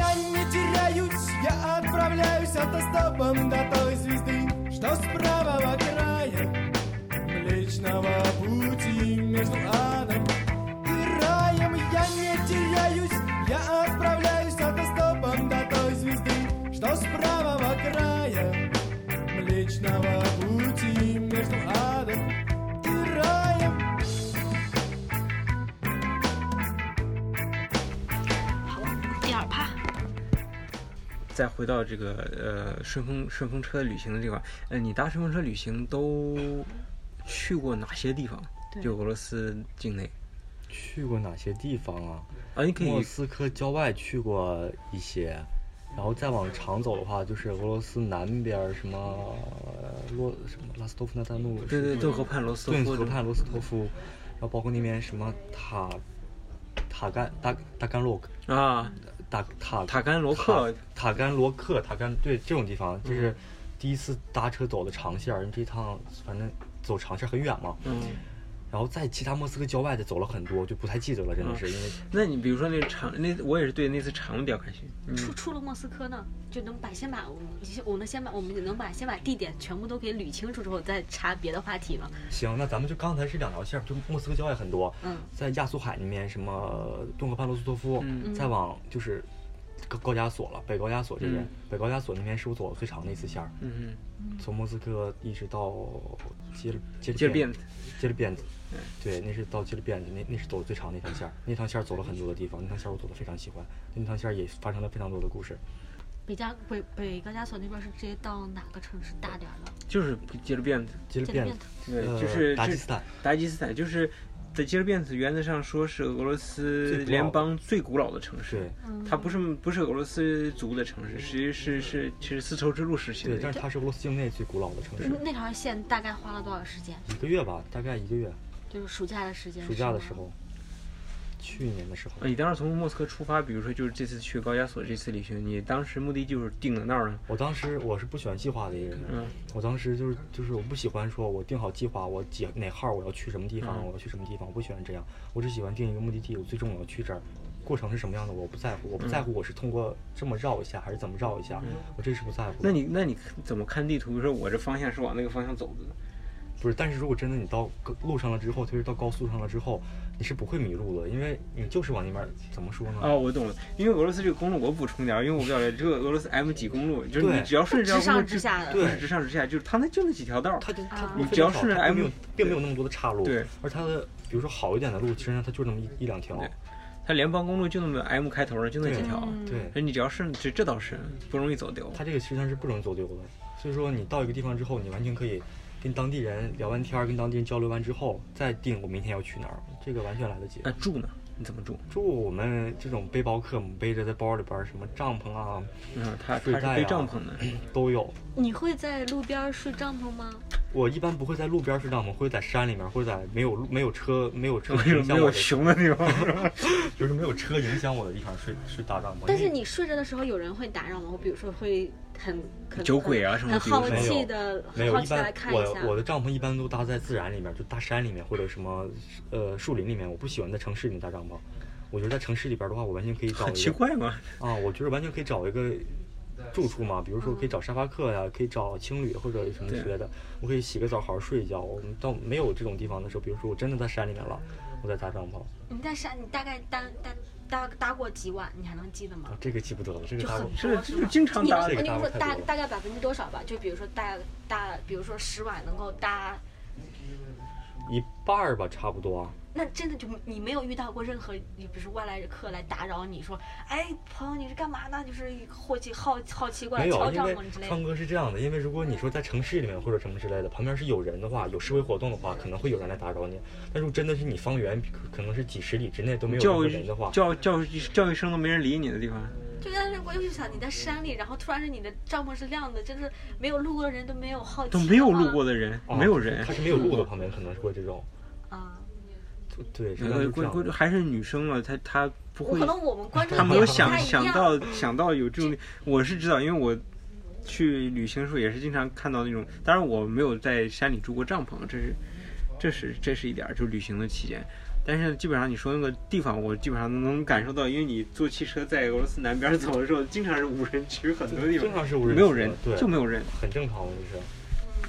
Speaker 4: я не теряюсь, я отправляюсь автостопом до той звезды, что с правого края Млечного пути между адом и раем. Я не теряюсь, я отправляюсь автостопом до той звезды, что с правого края Млечного пути между адом и раем.
Speaker 1: 好，第二趴，
Speaker 2: 再回到这个呃顺风顺风车旅行的这块，呃，你搭顺风车旅行都去过哪些地方？
Speaker 1: 对
Speaker 2: 就俄罗斯境内
Speaker 3: 去过哪些地方啊？
Speaker 2: 啊，你可
Speaker 3: 莫
Speaker 2: 以
Speaker 3: 斯科郊外去过一些，然后再往长走的话，就是俄罗斯南边儿什么呃洛什么拉斯托夫那丹路，
Speaker 2: 对对
Speaker 3: 是
Speaker 2: 顿河畔罗斯托
Speaker 3: 顿
Speaker 2: 夫
Speaker 3: 河
Speaker 2: 这种
Speaker 3: 畔罗斯托夫，然后包括那边什么塔塔干大大干洛克
Speaker 2: 啊，
Speaker 3: 大塔
Speaker 2: 塔甘罗克
Speaker 3: 塔塔甘罗克塔甘对这种地方，
Speaker 2: 嗯
Speaker 3: 就是第一次搭车走的长线儿，因为这趟反正走长线儿很远嘛。
Speaker 2: 嗯，
Speaker 3: 然后在其他莫斯科郊外的走了很多，就不太记得了，真
Speaker 2: 嗯
Speaker 3: 的是因为
Speaker 2: 那你比如说那长那我也是对那次长的比较感兴趣，嗯
Speaker 1: 出出了莫斯科呢，就能把先把我们我能先把我们能把先把地点全部都给捋清楚之后，再查别的话题吗？
Speaker 3: 行，那咱们就刚才是两条线儿，就莫斯科郊外很多，
Speaker 1: 嗯
Speaker 3: 在亚速海那边什么顿河畔罗斯托夫，
Speaker 2: 嗯
Speaker 3: 再往就是高高加索了，北高加索这边，
Speaker 2: 嗯
Speaker 3: 北高加索那边是我走的最长的一次线儿，
Speaker 2: 嗯
Speaker 3: 从莫斯科一直到杰勒
Speaker 2: 嗯，接
Speaker 3: 杰
Speaker 2: 着变
Speaker 3: 变，杰勒变子，
Speaker 2: 嗯
Speaker 3: 对，那是到杰勒变子，那那是走的最长的一条线儿，那条线儿走了很多的地方，那条线儿我走的非常喜欢，那条线儿也发生了非常多的故事，
Speaker 1: 北加北北高加索那边是直接到哪个城市大点儿了？
Speaker 2: 就是接着变
Speaker 3: 杰勒
Speaker 1: 杰勒
Speaker 3: 变
Speaker 1: 变
Speaker 3: 子
Speaker 1: 子，
Speaker 2: 对，
Speaker 3: 呃
Speaker 2: 就是
Speaker 3: 达
Speaker 2: 这
Speaker 3: 吉斯坦，
Speaker 2: 达吉斯坦就是。在吉尔变子原则上说是俄罗
Speaker 3: 最
Speaker 2: 斯
Speaker 3: 古老的
Speaker 2: 联邦最古老的城市
Speaker 3: 对，
Speaker 1: 嗯
Speaker 2: 它不是不是俄罗斯族的城市，实际是是其实丝绸之路时期的
Speaker 3: 对，
Speaker 2: 地方
Speaker 3: 但是它是俄罗斯境内最古老的城市，
Speaker 2: 嗯
Speaker 1: 那条线大概花了多少时间？
Speaker 3: 一个月吧，大概一个月，
Speaker 2: 嗯
Speaker 1: 就是暑假的时间。
Speaker 3: 暑假的
Speaker 1: 是
Speaker 3: 时
Speaker 1: 吗
Speaker 3: 候，去年的时候，
Speaker 2: 呃你当时从莫斯科出发，比如说就是这次去高加索这次旅行，你当时目的就是定在那儿了。
Speaker 3: 我当时我是不喜欢计划的一个人，
Speaker 2: 嗯
Speaker 3: 我当时就是就是我不喜欢说我定好计划，我几哪号我要去什么地方，
Speaker 2: 嗯
Speaker 3: 我要去什么地方，我不喜欢这样，我只喜欢定一个目的地，我最终我要去这儿，过程是什么样的我不在乎，我不
Speaker 2: 嗯
Speaker 3: 在乎我是通过这么绕一下还是怎么绕一下，我这是不在乎的。
Speaker 2: 那你那你怎么看地图？比如说我这方向是往那个方向走的，
Speaker 3: 不是，但是如果真的你到高路上了之后，特别是到高速上了之后，你是不会迷路的，因为你就是往那边怎么说呢？
Speaker 2: 哦，我懂了，因为俄罗斯这个公路我补充点儿，因为我不了解这个俄罗斯 M 几公路，就是你
Speaker 3: 对
Speaker 2: 只要顺着这
Speaker 1: 直
Speaker 2: 条公
Speaker 1: 上
Speaker 2: 路
Speaker 1: 直下的。
Speaker 3: 对
Speaker 2: 对，直上直下，就是它那就那几条道儿。
Speaker 3: 它就它
Speaker 1: 啊
Speaker 3: 路
Speaker 2: 你
Speaker 3: 非
Speaker 2: 嗯只要
Speaker 3: 常少
Speaker 2: 顺着 M-
Speaker 3: 它并没有并没有那么多的岔路，
Speaker 2: 对，
Speaker 3: 而它的比如说好一点的路，其实上它就那么一一两条，
Speaker 2: 对它联邦公路就那么 M 开头的，就那几
Speaker 3: 对
Speaker 2: 条。
Speaker 1: 嗯
Speaker 3: 对，
Speaker 2: 所以你只要顺，这这倒是不容易走丢。
Speaker 3: 它这个实际上是不容易走丢的。所以说，你到一个地方之后，你完全可以跟当地人聊完天儿，跟当地人交流完之后，再定我明天要去哪儿，这个完全来得及
Speaker 2: 那。住呢？你怎么住？
Speaker 3: 住我们这种背包客，我们背着在包里边儿什么帐篷啊
Speaker 2: 嗯，它它
Speaker 3: 睡
Speaker 2: 是
Speaker 3: 袋
Speaker 2: 背
Speaker 3: 啊
Speaker 2: 帐篷的，
Speaker 3: 都有。
Speaker 1: 你会在路边儿睡帐篷吗？
Speaker 3: 我一般不会在路边儿睡觉，我会在山里面，会在没有路、没有车、没有车
Speaker 2: 没有
Speaker 3: 影
Speaker 2: 哎没
Speaker 3: 响我
Speaker 2: 有
Speaker 3: 的，
Speaker 2: 熊的地方，是吧
Speaker 3: 就是没有车影响我的地方睡睡大帐篷。
Speaker 1: 但
Speaker 3: 因
Speaker 1: 是
Speaker 3: 为
Speaker 1: 你睡着的时候，有人会打扰吗？我比如说会很很
Speaker 2: 酒鬼啊什么
Speaker 1: 很
Speaker 2: 比如
Speaker 1: 好
Speaker 2: 说
Speaker 1: 奇的，
Speaker 3: 没
Speaker 1: 很
Speaker 3: 有，
Speaker 1: 好
Speaker 3: 一
Speaker 1: 奇的来
Speaker 3: 般
Speaker 1: 看一
Speaker 3: 我
Speaker 1: 下。
Speaker 3: 我的帐篷一般都搭在自然里面，就大山里面或者什么呃树林里面。我不喜欢在城市里面搭帐篷，我觉得在城市里边的话，我完全可以找
Speaker 2: 很
Speaker 3: 一
Speaker 2: 奇
Speaker 3: 个
Speaker 2: 怪嘛。
Speaker 3: 啊，我觉得完全可以找一个住处嘛，比如说可以找沙发客呀、可以找青旅或者什么之类的。我可以洗个澡，好好睡一觉。我们到没有这种地方的时候，比如说我真的在山里面了，我在搭帐篷
Speaker 1: 你在啊山，你大概搭搭搭搭过几晚？你还能记得吗
Speaker 3: 啊？，这个记不得啊了，这个
Speaker 1: 就
Speaker 3: 搭
Speaker 1: 很
Speaker 3: 过
Speaker 2: 这
Speaker 1: 多
Speaker 2: 这
Speaker 1: 是吧？
Speaker 2: 经常
Speaker 1: 你
Speaker 2: 搭
Speaker 1: 能
Speaker 3: 这个
Speaker 1: 你能
Speaker 3: 搭
Speaker 1: 说
Speaker 3: 得太
Speaker 1: 大
Speaker 3: 多了
Speaker 1: 大概百分之多少吧？就比如说大大，比如说十晚能够搭，
Speaker 3: 一半儿吧，差不多。啊
Speaker 1: 那真的就你没有遇到过任何，你比如说外来客来打扰你说，哎，朋友你是干嘛呢？就是好奇好好奇过来
Speaker 3: 没有，
Speaker 1: 敲
Speaker 3: 因
Speaker 1: 帐
Speaker 3: 为
Speaker 1: 篷之类
Speaker 3: 川
Speaker 1: 的。
Speaker 3: 哥是这样的，因为如果你说在城市里面或者什么之类的，旁边是有人的话，有示威活动的话，可能会有人来打扰你。但是真的是你方圆可可能是几十里之内都没有任
Speaker 2: 叫
Speaker 3: 何
Speaker 2: 一
Speaker 3: 人的话，
Speaker 2: 叫叫一叫一声都没人理你的地方，
Speaker 1: 就但是我又想你在山里，然后突然是你的帐篷是亮的，真的没有路过的人都没有好奇
Speaker 2: 都
Speaker 1: 的吗，
Speaker 2: 没有路过的人，
Speaker 3: 啊
Speaker 2: 没有人
Speaker 3: 他。是没有路的，旁边可能会这种，
Speaker 1: 啊。
Speaker 3: 对，是
Speaker 2: 呃，
Speaker 3: 这
Speaker 2: 关
Speaker 3: 样
Speaker 2: 关注
Speaker 3: 的。
Speaker 2: 还是女生嘛，她她不
Speaker 1: 我
Speaker 2: 会
Speaker 1: 可，能我们关注
Speaker 2: 她
Speaker 1: 的
Speaker 2: 没有
Speaker 1: 点不
Speaker 2: 想
Speaker 1: 太一
Speaker 2: 想
Speaker 1: 样。
Speaker 2: 到想到有这种，我是知道，因为我去旅行的时候也是经常看到那种，当然我没有在山里住过帐篷，这是这是这是一点儿，就旅行的期间。但是基本上你说那个地方，我基本上能感受到，因为你坐汽车在俄罗斯南边走的时候，经常是无人区，很多地
Speaker 3: 经
Speaker 2: 方
Speaker 3: 常是无人
Speaker 2: 没有
Speaker 3: 区的
Speaker 2: 人，
Speaker 3: 对，
Speaker 2: 就没有人。
Speaker 3: 很正常，就是。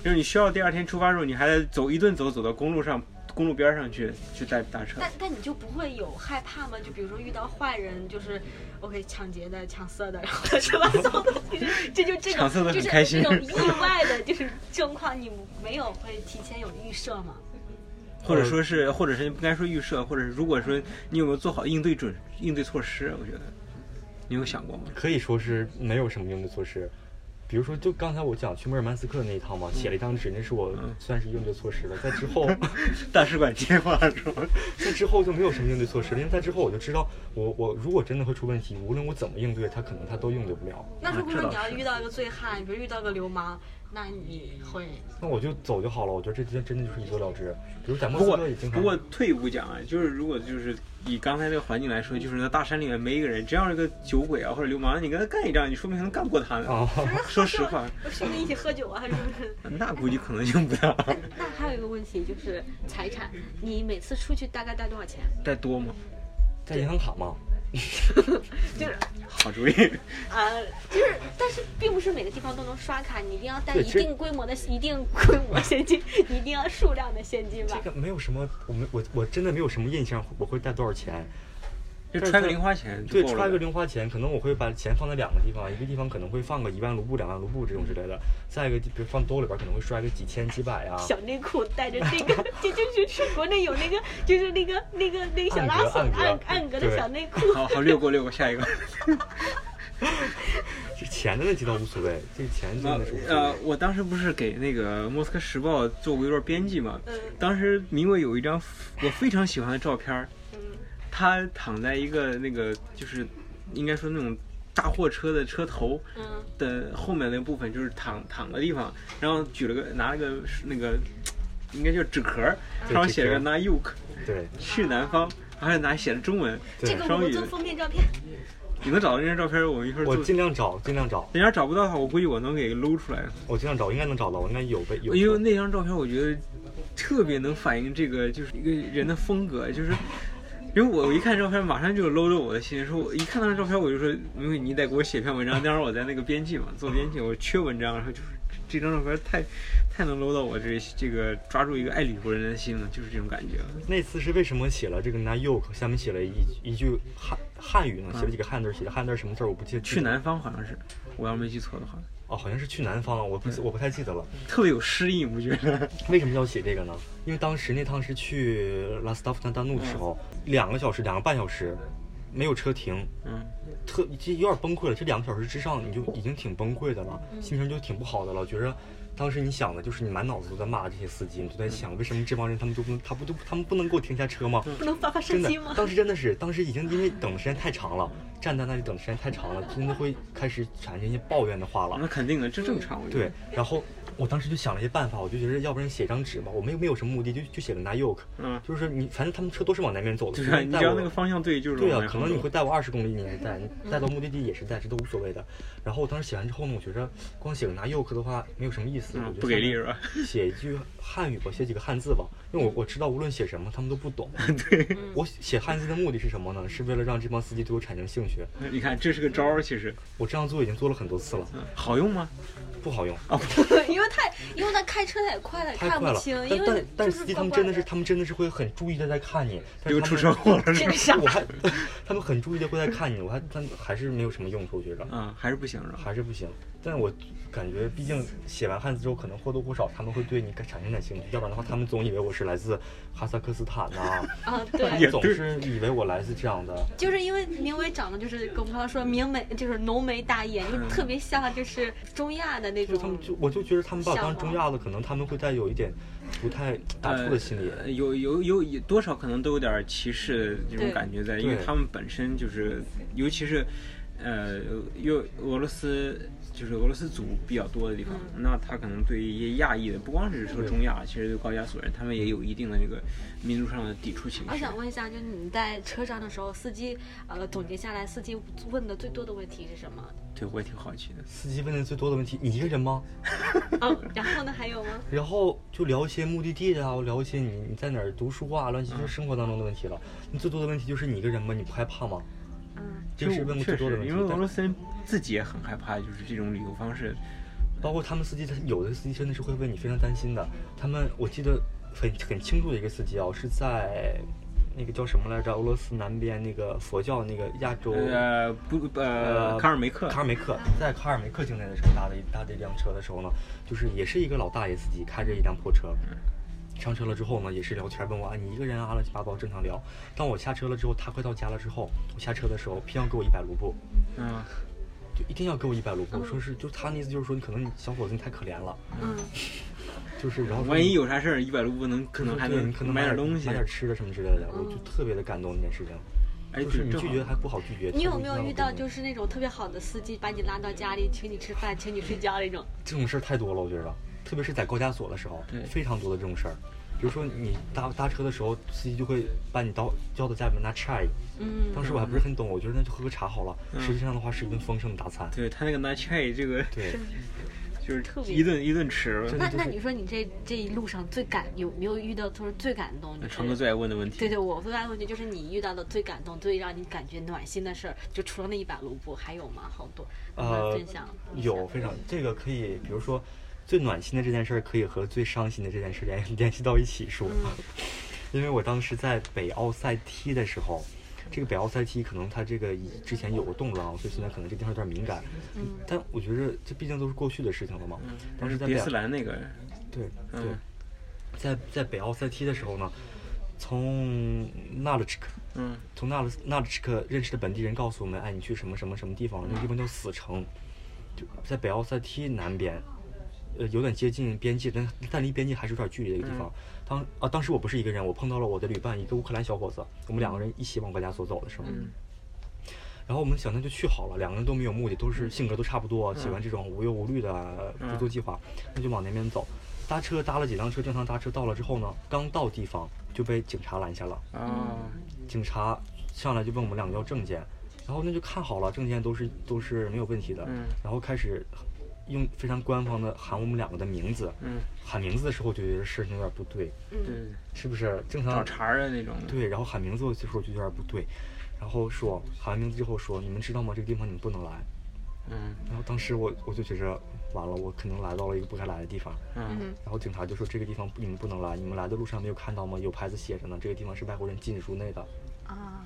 Speaker 2: 就是你需要第二天出发的时候，你还得走一顿走，走到公路上、公路边上去去搭搭车。
Speaker 1: 但但你就不会有害怕吗？就比如说遇到坏人，就是 OK 抢劫的、抢色的，然后他什么走 的，就是这就这种
Speaker 2: 抢色的很
Speaker 1: 就是
Speaker 2: 开心
Speaker 1: 这种意外的，就是状况，你没有会提前有预设吗？
Speaker 2: 或
Speaker 3: 呃
Speaker 2: 者说是，或者是应该说预设，或者是如果说你有没有做好应对准应对措施，我觉得你有想过吗？
Speaker 3: 可以说是没有什么应对措施。比如说，就刚才我讲去摩尔曼斯克那一趟嘛，写了一张纸，那是我
Speaker 2: 嗯
Speaker 3: 算是应对措施了。在之后，
Speaker 2: 大使馆接话说，
Speaker 3: 在之后就没有什么应对措施了，因为在之后我就知道我，我如果真的会出问题，无论我怎么应对，他可能他都应对不了。
Speaker 1: 那如果说
Speaker 2: 这倒
Speaker 1: 你要
Speaker 2: 啊是
Speaker 1: 遇到一个醉汉，比如遇到个流氓，那你会
Speaker 3: 那我就走就好了，我觉得这真真的就是一走了之。比如在莫
Speaker 2: 不
Speaker 3: 斯
Speaker 2: 过
Speaker 3: 科也经常，
Speaker 2: 不过退一步讲啊，就是如果就是以刚才这个环境来说，就是那大山里面没一个人，真要是个酒鬼啊或者流氓，你跟他干一仗，你说不定还能干不过他呢。
Speaker 3: 啊，
Speaker 2: 说实话，
Speaker 1: 就兄弟一起喝酒啊什么的。
Speaker 2: 那估计可能性不大。
Speaker 1: 那还有一个问题就是财产，你每次出去大概带多少钱？
Speaker 2: 带多吗？
Speaker 3: 在银行卡嘛，
Speaker 1: 就是
Speaker 2: 好 主意。
Speaker 1: 呃，就是，但是并不是每个地方都能刷卡，你一定要带
Speaker 3: 对
Speaker 1: 一
Speaker 3: 这
Speaker 1: 定规模的、一定规模现金， 你一定要数量的现金
Speaker 3: 这
Speaker 1: 吧。
Speaker 3: 个没有什么，我没我我真的没有什么印象，我会带多少钱。
Speaker 2: 就揣个零花钱就
Speaker 3: 对，
Speaker 2: 够了呗，
Speaker 3: 揣个零花钱，可能我会把钱放在两个地方，一个地方可能会放个一万卢布、两万卢布这种之类的，再一个比如放兜里边可能会摔个几千、几百啊。
Speaker 1: 小内裤带着那个， 就就是是国内有那个，就是那个那个那个小拉锁
Speaker 3: 暗格
Speaker 1: 暗
Speaker 3: 暗格
Speaker 1: 暗格的
Speaker 3: 对
Speaker 1: 小内 裤。
Speaker 2: 好好，略过略过，下一个。
Speaker 3: 这钱的问题倒无所谓，这钱真
Speaker 2: 呃
Speaker 3: 的是无所谓。
Speaker 2: 呃，我当时不是给那个《莫斯科时报》做过一段编辑嘛？
Speaker 1: 嗯
Speaker 2: 当时明伟有一张我非常喜欢的照片儿，
Speaker 1: 嗯，
Speaker 2: 他躺在一个那个就是应该说那种大货车的车头
Speaker 1: 嗯，
Speaker 2: 的后面那部分，就是躺躺的地方，然后举了个拿了个那个应该叫纸壳儿，
Speaker 3: 对
Speaker 2: 上面写了个
Speaker 3: 纸
Speaker 2: n a y u k
Speaker 3: 对
Speaker 2: 去南方，还有拿写了中文
Speaker 1: 这
Speaker 3: 对
Speaker 1: 个我
Speaker 2: 双
Speaker 1: 们
Speaker 2: 语
Speaker 1: 做
Speaker 2: 的。
Speaker 1: 封面照片。
Speaker 2: 你能找到那张照片儿，我们一会儿
Speaker 3: 我
Speaker 2: 做。
Speaker 3: 尽量找，尽量找，
Speaker 2: 人家找不到的话，我估计我能给搂出来。
Speaker 3: 我尽量找，应该能找到，我应该有被有。
Speaker 2: 因为那张照片，我觉得特别能反映这个就是一个人的风格，就是。因为我一看照片，马上就搂着我的心，说我一看到这照片，我就说，因为你得给我写篇文章。当时我在那个编辑嘛，做编辑，我缺文章，然后就是这张照片太太能搂到我这这个抓住一个爱旅国人的心了，就是这种感觉。
Speaker 3: 那次是为什么写了这个 n a y o k 下面写了一一句汉汉语呢？写了几个汉字，写的汉字什么字儿我不记得。
Speaker 2: 去南方好像是，我要没记错的话，
Speaker 3: 哦，好像是去南方，我不我不太记得了。
Speaker 2: 特别有诗意，你不觉得？
Speaker 3: 为什么要写这个呢？因为当时那趟是去拉斯达夫丹大怒的时候，两个小时，两个半小时，没有车停，
Speaker 2: 嗯，
Speaker 3: 特这有点崩溃了。这两个小时之上，你就已经挺崩溃的了，
Speaker 2: 嗯
Speaker 3: 心情就挺不好的了。觉着当时你想的就是你满脑子都在骂这些司机，你就在想为什么这帮人他们就不能，他不都他们不能给我停下车吗？
Speaker 2: 嗯
Speaker 1: 不能发发
Speaker 3: 真
Speaker 1: 神
Speaker 3: 的
Speaker 1: 经吗，？
Speaker 3: 当时真的是，当时已经因为等的时间太长了，站在那里等的时间太长了，真的会开始产生一些抱怨的话了
Speaker 2: 那。肯定的，这正常。我觉得
Speaker 3: 对，，然后我当时就想了一些办法，我就觉得要不然写张纸吧，我们又没有什么目的，就就写个 n a y o k
Speaker 2: 嗯，
Speaker 3: 就是你反正他们车都是往南边走的，
Speaker 2: 就
Speaker 3: 所以
Speaker 2: 是你
Speaker 3: 带
Speaker 2: 只要
Speaker 3: 我
Speaker 2: 那个方向对，就是
Speaker 3: 对啊
Speaker 2: 往，南
Speaker 3: 可能
Speaker 2: 走
Speaker 3: 你会带我二十公里，你也带，你带到目的地也是带，这都无所谓的。然后我当时写完之后呢，我觉着光写个拿 yoke 的话没有什么意思，
Speaker 2: 嗯
Speaker 3: 我觉得
Speaker 2: 不给力是吧？
Speaker 3: 写一句汉语吧，写几个汉字吧，因为我我知道无论写什么他们都不懂。
Speaker 2: 对，
Speaker 3: 我写汉字的目的是什么呢？是为了让这帮司机对我产生兴趣。
Speaker 2: 你看这是个招儿，其实
Speaker 3: 我这样做已经做了很多次了，
Speaker 2: 嗯好用吗？
Speaker 3: 不好用，
Speaker 2: 哦
Speaker 1: 因为太，因为他开车太快了，也
Speaker 3: 太
Speaker 1: 看
Speaker 3: 快
Speaker 1: 不
Speaker 3: 了。
Speaker 1: 清，
Speaker 3: 但
Speaker 1: 因为
Speaker 3: 但但
Speaker 1: 就是
Speaker 3: 司
Speaker 1: 是
Speaker 3: 机他
Speaker 1: 怪
Speaker 3: 们
Speaker 1: 怪
Speaker 3: 真的是，
Speaker 1: 的。
Speaker 3: 他们真的是会很注意的在看你，但
Speaker 2: 又出
Speaker 3: 是 他
Speaker 2: 车
Speaker 3: 们
Speaker 2: 祸了是
Speaker 1: 这
Speaker 2: 吧
Speaker 1: 个？傻
Speaker 3: 我还 他们很注意的会在看你，我还但还是没有什么用处，我觉着。
Speaker 2: 嗯，还是不行是吧？
Speaker 3: 还是不行。但我感觉，毕竟写完汉字之后，可能或多或少他们会对你产生点兴趣，要不然的话，他们总以为我是来自哈萨克斯坦呐、
Speaker 1: 啊，
Speaker 3: 他
Speaker 1: 对
Speaker 2: 也，
Speaker 3: 们总
Speaker 2: 对
Speaker 3: 是以为我来自这样的。
Speaker 1: 就是因为明伟长得就是跟我们刚才说明眉，就是浓眉大眼，就特别像就是中亚的那
Speaker 3: 就他
Speaker 1: 种
Speaker 3: 们。
Speaker 2: 嗯
Speaker 3: 就我就觉得他们把我当中亚的，可能他们会带有一点不太打怵的心理。
Speaker 2: 呃有有有有多少可能都有点歧视这种
Speaker 1: 对
Speaker 2: 感觉在，因为
Speaker 3: 对
Speaker 2: 他们本身就是，尤其是，呃，因为俄罗斯就是俄罗斯族比较多的地方，
Speaker 1: 嗯
Speaker 2: 那他可能对于一些亚裔的，不光是说
Speaker 3: 对
Speaker 2: 中亚，其实对高加索人，他们也有一定的这个民族上的抵触情
Speaker 1: 我
Speaker 2: 绪。
Speaker 1: 想问一下，就是你在车上的时候，司机呃总结下来，司机问的最多的问题是什么？
Speaker 2: 对，我也挺好奇的。
Speaker 3: 司机问的最多的问题，你一个人吗？
Speaker 1: 嗯，然后呢还有吗？
Speaker 3: 然后就聊一些目的地啊，聊一些你你在哪儿读书啊，乱七八糟
Speaker 2: 嗯
Speaker 3: 生活当中的问题了。你最多的问题就是你一个人吗？你不害怕吗？
Speaker 1: 嗯，
Speaker 3: 这个是问过最
Speaker 2: 确实
Speaker 3: 多的问，题。
Speaker 2: 因为俄
Speaker 3: 但
Speaker 2: 罗斯人自己也很害怕，就是这种旅游方式。
Speaker 3: 包括他们司机，他有的司机真的是会为你非常担心的。他们我记得很很清楚的一个司机啊，是在那个叫什么来着？俄罗斯南边那个佛教那个亚洲。
Speaker 2: 呃，不，呃，
Speaker 3: 呃
Speaker 2: 卡尔梅克，
Speaker 3: 卡尔梅克在卡尔梅克境内的时候搭的一搭的一辆车的时候呢，就是也是一个老大爷司机开着一辆破车，
Speaker 1: 嗯
Speaker 3: 上车了之后呢，也是聊天问我啊你一个人啊乱七八糟正常聊。当我下车了之后，他快到家了之后，我下车的时候偏要给我一百卢布，
Speaker 2: 嗯，
Speaker 3: 就一定要给我一百卢布，说是就他那意思就是说你可能你小伙子你太可怜了，
Speaker 1: 嗯，
Speaker 3: 就是然后说
Speaker 2: 万
Speaker 3: 你
Speaker 2: 一有啥事儿，一百卢布能可能还
Speaker 3: 对
Speaker 2: 能
Speaker 3: 你可能
Speaker 2: 买点
Speaker 3: 点
Speaker 2: 东西，
Speaker 3: 买点吃的什么之类的，我
Speaker 1: 嗯
Speaker 3: 就特别的感动那件事情。
Speaker 2: 哎，
Speaker 3: 就是
Speaker 2: 对
Speaker 3: 你
Speaker 2: 正
Speaker 3: 拒
Speaker 2: 好
Speaker 3: 绝还不好拒绝。
Speaker 1: 你有没有遇到
Speaker 3: 是
Speaker 1: 就是那种特别好的司机把你拉到家里，请你吃饭，请你睡觉那种？
Speaker 3: 这种事儿太多了？我觉得，特别是在高加索的时候
Speaker 2: 对，
Speaker 3: 非常多的这种事儿。比如说你搭搭车的时候，司机就会把你到叫到家里面拿 chai，
Speaker 1: 嗯，
Speaker 3: 当时我还不是很懂，我觉得那就喝个茶好了。
Speaker 2: 嗯
Speaker 3: 实际上的话是一顿丰盛的大餐。
Speaker 2: 对他那个 n a c h a 这个
Speaker 3: 对，
Speaker 2: 就是
Speaker 1: 特别
Speaker 2: 一顿一顿吃。
Speaker 3: 真
Speaker 1: 那
Speaker 3: 的就是
Speaker 1: 那你说你这这一路上最感有没有遇到就是最感动？你
Speaker 2: 那
Speaker 1: 是
Speaker 2: 川哥最爱问的问题，
Speaker 1: 对对，我最爱问题就是你遇到的最感动、最让你感觉暖心的事儿，就除了那一百卢布，还有吗？好多，能不能
Speaker 3: 呃
Speaker 1: 分享一，下
Speaker 3: 有非常这个可以，比如说最暖心的这件事儿，可以和最伤心的这件事联联系到一起说。
Speaker 1: 嗯
Speaker 3: 因为我当时在北奥赛踢的时候，这个北奥赛踢可能它这个以之前有过动乱，所以现在可能这地方有点敏感。
Speaker 1: 嗯
Speaker 3: 但我觉着这毕竟都是过去的事情了嘛。当
Speaker 2: 但
Speaker 3: 时
Speaker 2: 是
Speaker 3: 在
Speaker 2: 别
Speaker 3: 北
Speaker 2: 斯兰那个，
Speaker 3: 对对，
Speaker 2: 嗯
Speaker 3: 在在北奥赛踢的时候呢，从纳勒支克。
Speaker 2: 嗯，
Speaker 3: 从纳勒纳勒支克认识的本地人告诉我们，哎，你去什么什么什么地方了？那个地方叫死城，就在北奥塞梯南边，呃，有点接近边界，但但离边界还是有点距离的一个地
Speaker 2: 嗯
Speaker 3: 方。当啊，当时我不是一个人，我碰到了我的旅伴，一个乌克兰小伙子，我们两个人一起往高加索走的时候。
Speaker 2: 嗯
Speaker 3: 然后我们想那就去好了，两个人都没有目的，都是性格都差不多，喜欢这种无忧无虑的，
Speaker 2: 嗯
Speaker 3: 不做计划，那就往那边走。搭车搭了几辆车，正常搭车到了之后呢，刚到地方就被警察拦下了。
Speaker 2: 哦，
Speaker 3: 警察上来就问我们两个要证件，然后那就看好了，证件都是都是没有问题的，
Speaker 2: 嗯
Speaker 3: 然后开始用非常官方的喊我们两个的名字，
Speaker 2: 嗯，
Speaker 3: 喊名字的时候我就觉得事情有点不对，
Speaker 2: 对对，对
Speaker 3: 是不是？正常
Speaker 2: 找茬儿啊的那种，
Speaker 3: 嗯对，然后喊名字的时候我就有点不对，然后说喊完名字之后说你们知道吗？这个地方你们不能来，
Speaker 2: 嗯
Speaker 3: 然后当时我我就觉着完了，我可能来到了一个不该来的地方，
Speaker 2: 嗯，
Speaker 3: 然后警察就说这个地方你们不能来，你们来的路上没有看到吗？有牌子写着呢，这个地方是外国人进入内的。
Speaker 1: 啊，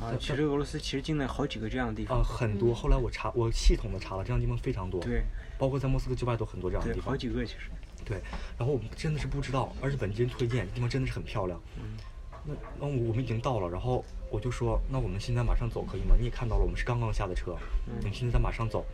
Speaker 2: 啊，其实俄罗斯其实境内好几个这样的地
Speaker 3: 啊，
Speaker 2: 方，
Speaker 3: 很多。后来我查，我系统的查了，这样的地方非常多，
Speaker 2: 对，
Speaker 3: 包括在莫斯科之外都很多这样的
Speaker 2: 对，
Speaker 3: 地
Speaker 2: 好
Speaker 3: 方，
Speaker 2: 几个其实，
Speaker 3: 对。然后我们真的是不知道，而且本地人推荐，这地方真的是很漂亮。那那我们已经到了，然后我就说，那我们现在马上走可以吗？你也看到了，我们是刚刚下的车，我们现在马上走。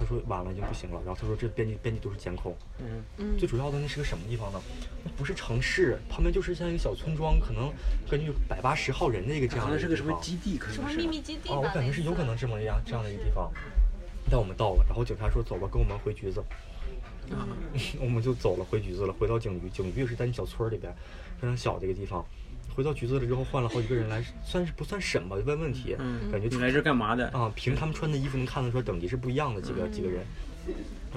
Speaker 3: 他说晚了已经不行了，然后他说这遍地遍地都是监控，
Speaker 2: 嗯，
Speaker 1: 嗯
Speaker 3: 最主要的那是个什么地方呢？那不是城市，旁边就是像一个小村庄，可能根据百八十号人的一个这样
Speaker 2: 可能
Speaker 3: 的一
Speaker 2: 是
Speaker 3: 个
Speaker 2: 个
Speaker 3: 地
Speaker 2: 什么
Speaker 3: 方
Speaker 2: 基地，可
Speaker 1: 什
Speaker 2: 能
Speaker 1: 么
Speaker 2: 是
Speaker 1: 秘密基地吧？
Speaker 3: 哦，我感觉是有可能
Speaker 1: 类似
Speaker 3: 是么样这样的一个地方。但我们到了，然后警察说走吧，跟我们回局子。
Speaker 2: 啊
Speaker 3: 我们就走了，回局子了。回到警局，警局是在一小村儿里边，非常小的一个地方。回到局子了之后，换了好几个人来，算是不算审吧？问问题，
Speaker 2: 嗯
Speaker 3: 感觉
Speaker 2: 你来这儿干嘛的？
Speaker 3: 啊，凭他们穿的衣服能看得出来等级是不一样的，几个几个人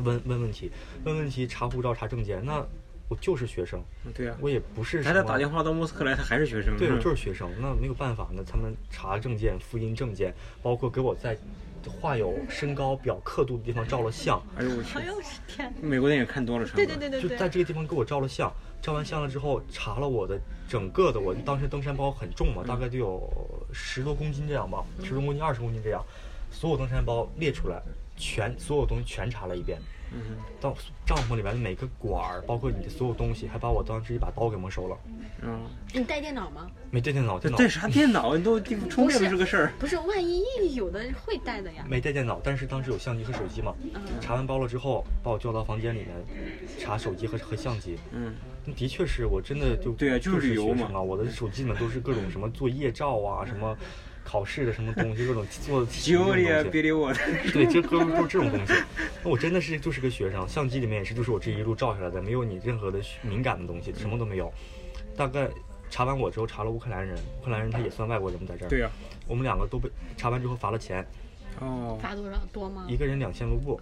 Speaker 3: 问问问题，问问题查护照查证件，那我就是学生，
Speaker 2: 对啊，
Speaker 3: 我也不是
Speaker 2: 他
Speaker 3: 什
Speaker 2: 他
Speaker 3: 么
Speaker 2: 打电话嗯到莫斯科来，他还是学生。
Speaker 3: 对，我
Speaker 2: 吧
Speaker 3: 就是学生，那没有办法，那他们查证件、复印证件，包括给我在画有身高表刻度的地方照了相，
Speaker 2: 哎呦我去
Speaker 1: 的。哎，呦我的天！
Speaker 2: 美国电影看多了，成
Speaker 1: 对
Speaker 2: 本
Speaker 1: 对对对
Speaker 3: 就
Speaker 1: 对，
Speaker 3: 在这个地方给我照了相，照完相了之后查了我的整个的，我当时登山包很重嘛，大概就有十多公斤这样吧，十多公斤、二十公斤这样，所有登山包列出来，全所有东西全查了一遍。
Speaker 2: 嗯
Speaker 3: 到帐篷里面的每个管儿，包括你的所有东西，还把我当时一把刀给没收了。
Speaker 2: 哼，啊，
Speaker 1: 你带电脑吗？
Speaker 3: 没带电脑，
Speaker 2: 这
Speaker 3: 电脑
Speaker 2: 带啥电脑？你都地方充
Speaker 1: 不是
Speaker 2: 电不是个事 儿。
Speaker 1: 不是，万一有的人会带的呀。
Speaker 3: 没带电脑，但是当时有相机和手机嘛。查完包了之后，把我叫到房间里面查手机和和相机。
Speaker 2: 嗯，
Speaker 3: 那的确是我真的就
Speaker 2: 对啊就是
Speaker 3: 是
Speaker 2: 旅游
Speaker 3: 学
Speaker 2: 嘛
Speaker 3: 生啊，我的手机里面都是各种什么作业照啊，什么考试的什么东西，各种做题
Speaker 2: 吉
Speaker 3: 这种
Speaker 2: 欧
Speaker 3: 东
Speaker 2: 里
Speaker 3: 西
Speaker 2: 啊，别理我。
Speaker 3: 对，这哥们儿都是这种东西。那我真的是就是个学生，相机里面也是，就是我这一路照下来的，没有你任何的敏感的东
Speaker 2: 嗯
Speaker 3: 西，什么都没有。大概查完我之后，查了乌克兰人，乌克兰人他也算外国人在这儿。
Speaker 2: 对呀、啊
Speaker 3: 我们两个都被查完之后罚了钱，
Speaker 2: 哦，
Speaker 1: 发多少多吗？
Speaker 3: 一个人两千卢布。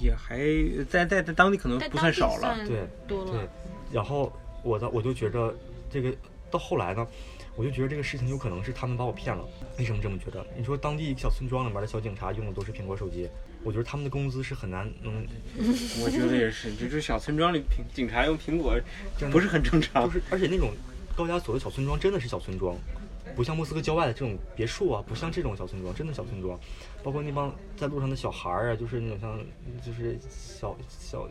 Speaker 2: 也还在在在当地可能
Speaker 1: 在
Speaker 2: 不
Speaker 1: 当
Speaker 2: 算
Speaker 1: 地
Speaker 2: 少了。
Speaker 1: 算
Speaker 3: 对
Speaker 1: 多
Speaker 3: 对
Speaker 1: 了。，
Speaker 3: 然后我的我就觉着这个到后来呢，我就觉得这个事情有可能是他们把我骗了。为什么这么觉得？你说当地小村庄里面的小警察用的都是苹果手机，我觉得他们的工资是很难能
Speaker 2: 我觉得也是，就是小村庄里苹警察用苹果
Speaker 3: 真的
Speaker 2: 不是很正常
Speaker 3: 就。是而且那种高加索的小村庄真的是小村庄，不像莫斯科郊外的这种别墅啊，不像这种小村庄，真的小村庄。包括那帮在路上的小孩儿啊，就是那种像就是小小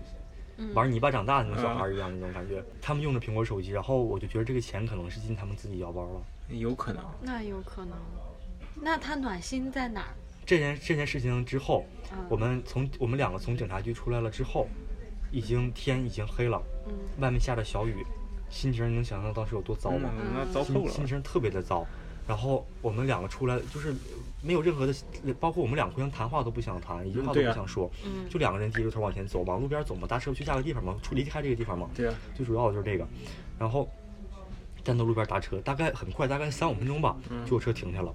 Speaker 3: 玩泥巴长大的那种小孩儿一样那种感觉。他们用着苹果手机，然后我就觉得这个钱可能是进他们自己腰包了。
Speaker 2: 有可能，
Speaker 1: 那有可能。那他暖心在哪儿？
Speaker 3: 这件这件事情之后，
Speaker 1: 嗯
Speaker 3: 我们从我们两个从警察局出来了之后，已经天已经黑了，外面下着小雨，心情能想象当时有多糟吗？
Speaker 2: 嗯，那糟透
Speaker 3: 心
Speaker 2: 了。
Speaker 3: 心情特别的糟。然后我们两个出来就是没有任何的，包括我们两个互相谈话都不想谈，一句话都
Speaker 2: 对
Speaker 3: 不
Speaker 2: 啊
Speaker 3: 想说，就两个人低着头往前走，往路边走嘛，搭车去下个地方嘛，出离开这个地方嘛。
Speaker 2: 对啊，
Speaker 3: 最主要的就是这个。然后站到路边搭车，大概很快，大概三五分钟吧，
Speaker 2: 嗯
Speaker 3: 就有车停下了。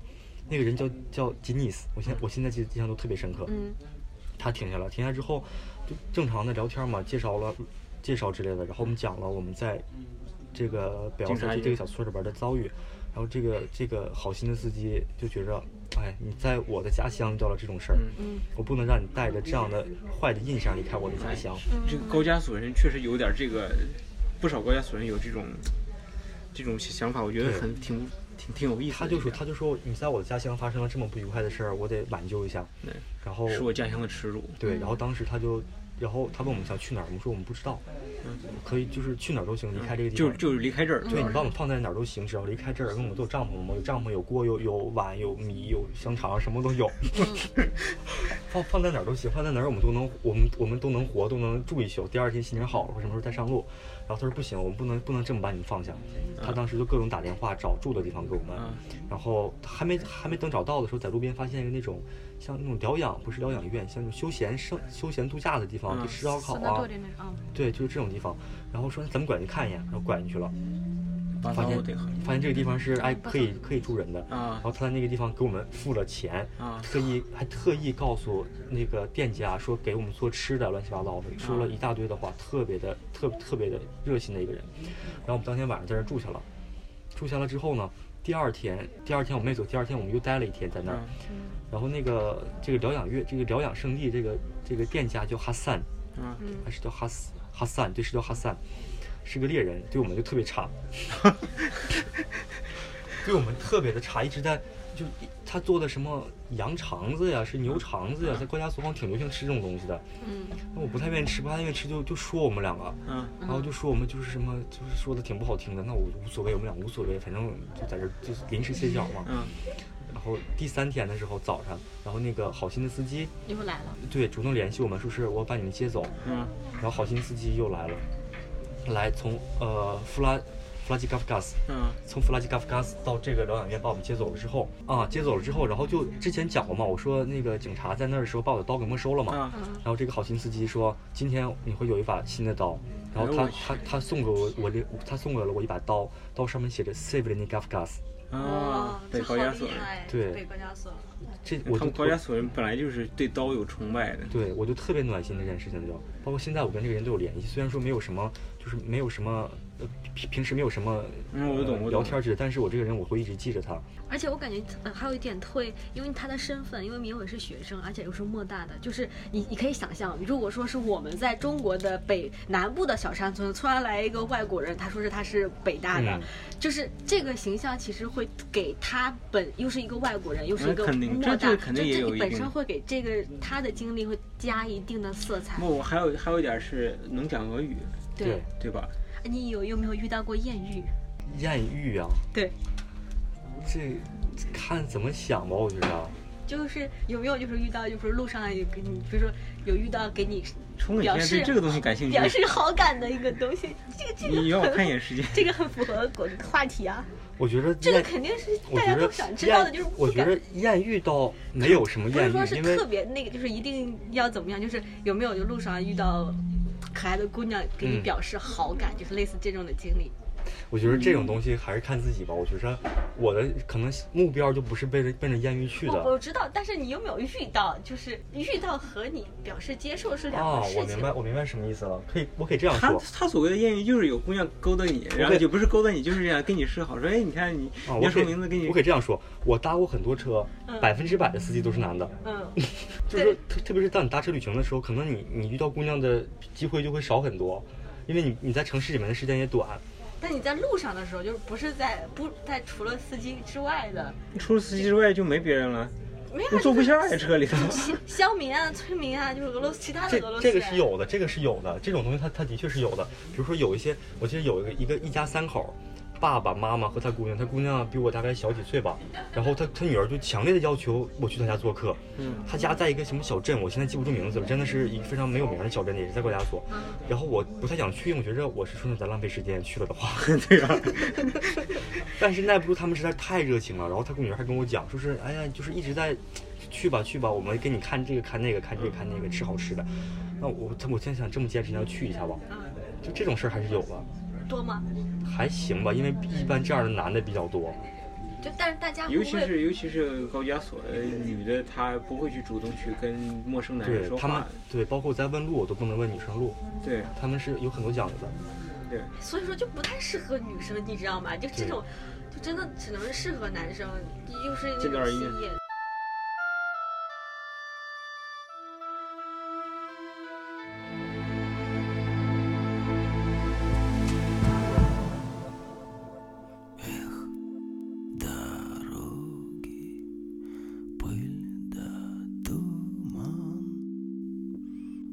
Speaker 3: 那个人叫叫吉尼斯，我现我现在记印象都特别深刻。
Speaker 1: 嗯
Speaker 3: 他停下了，停下之后就正常的聊天嘛，介绍了介绍之类的，然后我们讲了我们在这个北奥
Speaker 2: 警
Speaker 3: 赛
Speaker 2: 察
Speaker 3: 区
Speaker 2: 局
Speaker 3: 这个小村里边的遭遇，然后这个这个好心的司机就觉着，哎，你在我的家乡遇到了这种事儿，
Speaker 1: 嗯
Speaker 3: 我不能让你带着这样的坏的印象离开我的家乡。
Speaker 2: 哎这个高加索人确实有点这个，不少高加索人有这种这种想法，我觉得
Speaker 3: 对
Speaker 2: 很挺挺挺有意思的
Speaker 3: 他
Speaker 2: 一点。
Speaker 3: 就说，他就说你在我的家乡发生了这么不愉快的事儿，我得挽救一下。
Speaker 2: 对
Speaker 3: 然后
Speaker 2: 是我家乡的耻辱。
Speaker 3: 对，然后当时他就，然后他问我们想去哪儿，我们说我们不知道，可以就是去哪儿都行，离开这个地方。
Speaker 2: 嗯就就是离开这
Speaker 1: 嗯
Speaker 2: 儿，
Speaker 3: 对你把我们放在哪儿都行，只要离开这儿，跟我们都有帐篷嘛，有帐篷，有锅，有有碗，有米，有香肠，什么都有。
Speaker 1: 嗯
Speaker 3: 放放在哪儿都行，放在哪儿我们都能，我们我们都能活，都能住一宿。第二天心情好了，或什么时候再上路。然后他说不行，我们不能不能这么把你们放下。他当时就各种打电话找住的地方给我们
Speaker 2: 嗯，
Speaker 3: 然后还没还没等找到的时候，在路边发现一个那种像那种疗养，不是疗养院，像那种休闲生休闲度假的地方，
Speaker 2: 嗯
Speaker 3: 就吃烧烤
Speaker 1: 斯纳
Speaker 3: 啊
Speaker 1: 多，里那种啊，
Speaker 3: 对，就是这种地方。然后说咱们拐进去看一眼，然后拐进去了。
Speaker 2: 把
Speaker 3: 发
Speaker 2: 咱
Speaker 3: 现
Speaker 2: 我得喝。
Speaker 3: 发现这个地方是哎可以可以住人的
Speaker 2: 啊
Speaker 3: 然后他在那个地方给我们付了钱
Speaker 2: 啊
Speaker 3: 特意还特意告诉那个店家说给我们做吃的，乱七八糟的，说了一大堆的话，特别的特特别的热心的一个人。然后我们当天晚上在这儿住下了，住下了之后呢，第二天第二天我们没走，第二天我们又待了一天在那儿。
Speaker 2: 啊
Speaker 1: 嗯
Speaker 3: 然后那个这个疗养院这个疗养圣地这个这个店家叫哈散，
Speaker 2: 嗯，
Speaker 3: 还是叫哈斯哈散，对，是叫哈散，是个猎人，对我们就特别差， 对我们特别的差，一直在就他做的什么羊肠子呀，是牛肠子呀，在高加索好像挺流行吃这种东西的，
Speaker 1: 嗯，
Speaker 3: 那我不太愿意吃，不太愿意吃就就说我们两个，
Speaker 2: 嗯，
Speaker 3: 然后就说我们就是什么，就是说的挺不好听的，那我无所谓，我们俩无所谓，反正就在这儿就是临时歇脚嘛，
Speaker 2: 嗯，
Speaker 3: 然后第三天的时候早上，然后那个好心的司机
Speaker 1: 又来了，
Speaker 3: 对主动联系我们，说是我把你们接走，
Speaker 2: 嗯，
Speaker 3: 然后好心司机又来了，来从呃弗拉弗拉吉卡夫卡斯，
Speaker 2: 嗯，
Speaker 3: 从弗拉吉卡夫卡斯到这个疗养院把我们接走了之后，啊，接走了之后，然后就之前讲过嘛，我说那个警察在那儿的时候把我的刀给没收了嘛，
Speaker 2: 啊，
Speaker 1: 嗯，
Speaker 3: 然后这个好心司机说今天你会有一把新的刀，然后
Speaker 2: 哎呦
Speaker 3: 他
Speaker 2: 我去
Speaker 3: 他他送给我我这他送给了我一把刀，刀上面写着 s a v e n i g a f g a s
Speaker 2: 啊，
Speaker 5: 这
Speaker 2: 对，
Speaker 5: 好
Speaker 2: 高加
Speaker 5: 厉
Speaker 2: 索人，
Speaker 5: 害，
Speaker 3: 对
Speaker 5: 北高加索，
Speaker 3: 这我
Speaker 2: 他
Speaker 3: 就
Speaker 2: 们高加索人本来就是对刀有崇拜的，
Speaker 3: 对，我就特别暖心这件事情就，包括现在我跟这个人都有联系，虽然说没有什么，就是没有什么，呃，平平时没有什么，
Speaker 2: 嗯我懂
Speaker 3: 呃
Speaker 2: 我懂
Speaker 3: 聊天之类，但是我这个人我会一直记着他，
Speaker 1: 而且我感觉呃还有一点特别，因为他的身份，因为明伟是学生，而且又是莫大的，就是你你可以想象，如果说是我们在中国的北南部的小山村，突然来一个外国人，他说是他是北大的，
Speaker 3: 嗯
Speaker 1: 就是这个形象其实会给他本又是一个外国人，又是一个
Speaker 2: 那肯定
Speaker 1: 莫
Speaker 2: 这
Speaker 1: 大，
Speaker 2: 这肯定
Speaker 1: 就
Speaker 2: 也有
Speaker 1: 你
Speaker 2: 一
Speaker 1: 本
Speaker 2: 定
Speaker 1: 身会给这个他的经历会加一定的色彩。
Speaker 2: 不，我还有还有一点是能讲俄语，
Speaker 1: 对，
Speaker 2: 嗯对吧？
Speaker 1: 哎你有有没有遇到过艳遇？
Speaker 3: 艳遇啊，
Speaker 1: 对，
Speaker 3: 这看怎么想吧，我觉得，
Speaker 1: 就是有没有就是遇到就是路上有给你，比如说有遇到给你
Speaker 2: 冲你
Speaker 1: 表
Speaker 2: 现在
Speaker 1: 示
Speaker 2: 对这个东西感兴
Speaker 1: 表
Speaker 2: 趣，
Speaker 1: 示好感的一个东西，这个这个
Speaker 2: 你要我
Speaker 1: 很
Speaker 2: 看一眼时间。
Speaker 1: 这个很符合我的话题啊，
Speaker 3: 我觉得
Speaker 1: 这个
Speaker 3: 艳
Speaker 1: 肯定是
Speaker 3: 我
Speaker 1: 大
Speaker 3: 觉
Speaker 1: 家
Speaker 3: 得
Speaker 1: 都想知道的，
Speaker 3: 艳
Speaker 1: 就是不
Speaker 3: 我觉
Speaker 1: 敢
Speaker 3: 得艳遇倒没有什么
Speaker 1: 不
Speaker 3: 艳
Speaker 1: 是说
Speaker 3: 遇，
Speaker 1: 是
Speaker 3: 因为
Speaker 1: 特别那个，就是一定要怎么样，就是有没有就路上遇到可爱的姑娘给你
Speaker 3: 嗯
Speaker 1: 表示好感，就是类似这种的经历。
Speaker 3: 我觉得
Speaker 1: 嗯
Speaker 3: 这种东西还是看自己吧，我觉得我的可能目标就不是奔着奔着艳遇去
Speaker 1: 我
Speaker 3: 的。
Speaker 1: 我知道，但是你有没有遇到，就是遇到和你表示接受是两
Speaker 3: 啊
Speaker 1: 回，事
Speaker 3: 我明
Speaker 1: 情。
Speaker 3: 白，我明白什么意思了。可以，我可以这样
Speaker 2: 他
Speaker 3: 说，
Speaker 2: 他所谓的艳遇就是有姑娘勾搭你，然后也不是勾搭你，就是这样跟你示好，说哎，你看你
Speaker 3: 啊，我
Speaker 2: 叫什
Speaker 3: 可
Speaker 2: 么
Speaker 3: 以
Speaker 2: 名字，给你
Speaker 3: 我可以这样说，我搭过很多车
Speaker 1: 嗯，
Speaker 3: 百分之百的司机都是男的。
Speaker 1: 嗯，
Speaker 3: 就是说特特别是当你搭车旅行的时候，可能你你遇到姑娘的机会就会少很多，因为你你在城市里面的时间也短。
Speaker 1: 但你在路上的时候，就是不是在不在除了司机之外的，
Speaker 2: 除了司机之外就没别人了，
Speaker 1: 没有啊
Speaker 2: 你坐不下呀车里头。
Speaker 1: 乡民啊、村民啊，就是俄罗斯其他的
Speaker 3: 这
Speaker 1: 俄罗斯
Speaker 3: 这
Speaker 1: 人。
Speaker 3: 个是有的，这个是有的，这种东西它它的确是有的。比如说有一些，我记得有一个一个一家三口，爸爸妈妈和他姑娘，他姑娘比我大概小几岁吧，然后他他女儿就强烈的要求我去他家做客。
Speaker 2: 嗯，
Speaker 3: 他家在一个什么小镇，我现在记不住名字了，真的是一个非常没有名的小镇，也是在高加索。
Speaker 1: 嗯
Speaker 3: 然后我不太想去，我觉着我是说实在浪费时间去了的话。
Speaker 2: 对啊，
Speaker 3: 但是耐不住他们实在太热情了，然后他姑女儿还跟我讲，说是哎呀，就是一直在去吧去吧，我们给你看这个看那个看这个看那个吃好吃的。那我我现在想这么坚持，要去一下吧。就这种事儿还是有的，
Speaker 1: 嗯多吗？
Speaker 3: 还行吧，因为一般这样的男的比较多。
Speaker 1: 就但是大家会
Speaker 2: 尤
Speaker 1: 不
Speaker 2: 其
Speaker 1: 会
Speaker 2: 是尤其是高加索呃女的，她不会去主动去跟陌生男人
Speaker 3: 对
Speaker 2: 说
Speaker 3: 他们
Speaker 2: 话，，
Speaker 3: 对包括我在问路，我都不能问女生路，
Speaker 2: 对
Speaker 3: 他们是有很多讲究的。
Speaker 2: 对，
Speaker 1: 所以说就不太适合女生，你知道吗？就这种，就真的只能是适合男生，又是那
Speaker 2: 见到
Speaker 1: 种
Speaker 2: 人
Speaker 1: 吸
Speaker 2: 一
Speaker 1: 引。
Speaker 4: дороги, пыль да туман,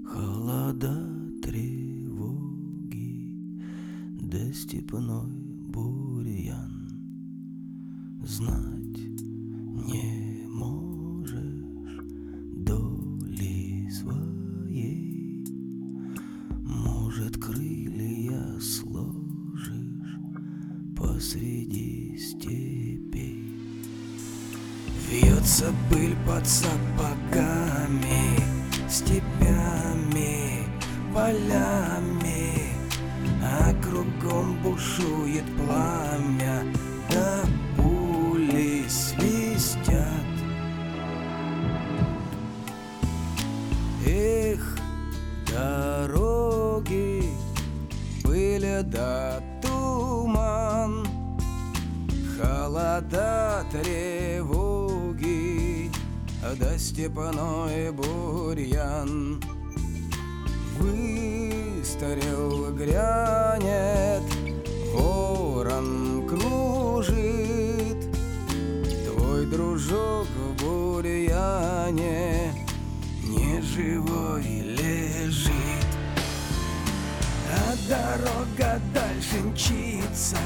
Speaker 4: холода тревоги, да степной бурьян. Знать не можешь доли своей, может крылья сложишь посреди степей. Вьется пыль под сапогами, степями, полями, а кругом бушует пламя, да пули свистят. Эх, дороги, пыля да туман, Холода тревоги, да степной бурьян. Выстрел грянет, ворон кружит, Твой дружок в бурьяне неживой лежит. А дорога дальше мчится,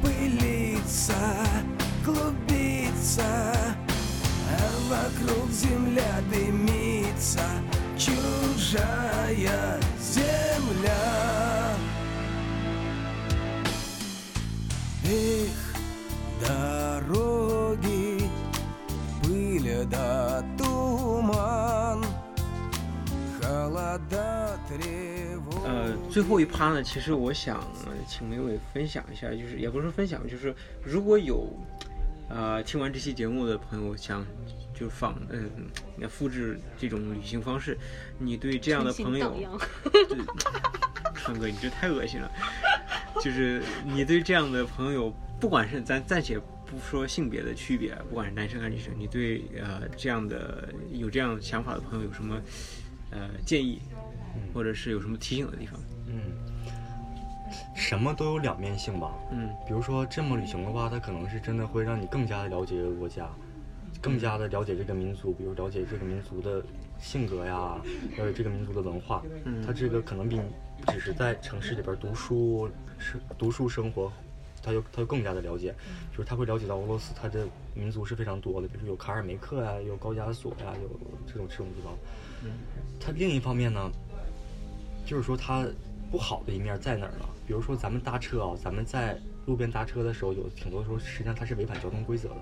Speaker 4: пылится, клубится снится А вокруг земля дымится Чужая земля Эх, дороги Пыль да туман Холода тревога
Speaker 2: 呃，最后一趴呢，其实我想呃请梅伟分享一下，就是也不是分享，就是如果有呃听完这期节目的朋友想就仿嗯、复制这种旅行方式，你对这样的朋友
Speaker 1: 荡，漾，
Speaker 2: 对川哥你这太恶心了，就是你对这样的朋友，不管是咱暂且不说性别的区别，不管是男生还是女生，你对呃这样的有这样想法的朋友有什么呃建议，或者是有什么提醒的地方？
Speaker 3: 嗯，什么都有两面性吧。
Speaker 2: 嗯
Speaker 3: 比如说这么旅行的话，它可能是真的会让你更加的了解这个国家，更加的了解这个民族，比如了解这个民族的性格呀，了解这个民族的文化。
Speaker 2: 嗯
Speaker 3: 它这个可能比你只是在城市里边读书是读书生活。他就他就更加的了解，就是他会了解到俄罗斯它的民族是非常多的，比如说有卡尔梅克呀，有高加索呀，有这种这种地方。它另一方面呢，就是说它不好的一面在哪儿呢？比如说咱们搭车啊，咱们在路边搭车的时候，有挺多时候实际上它是违反交通规则的。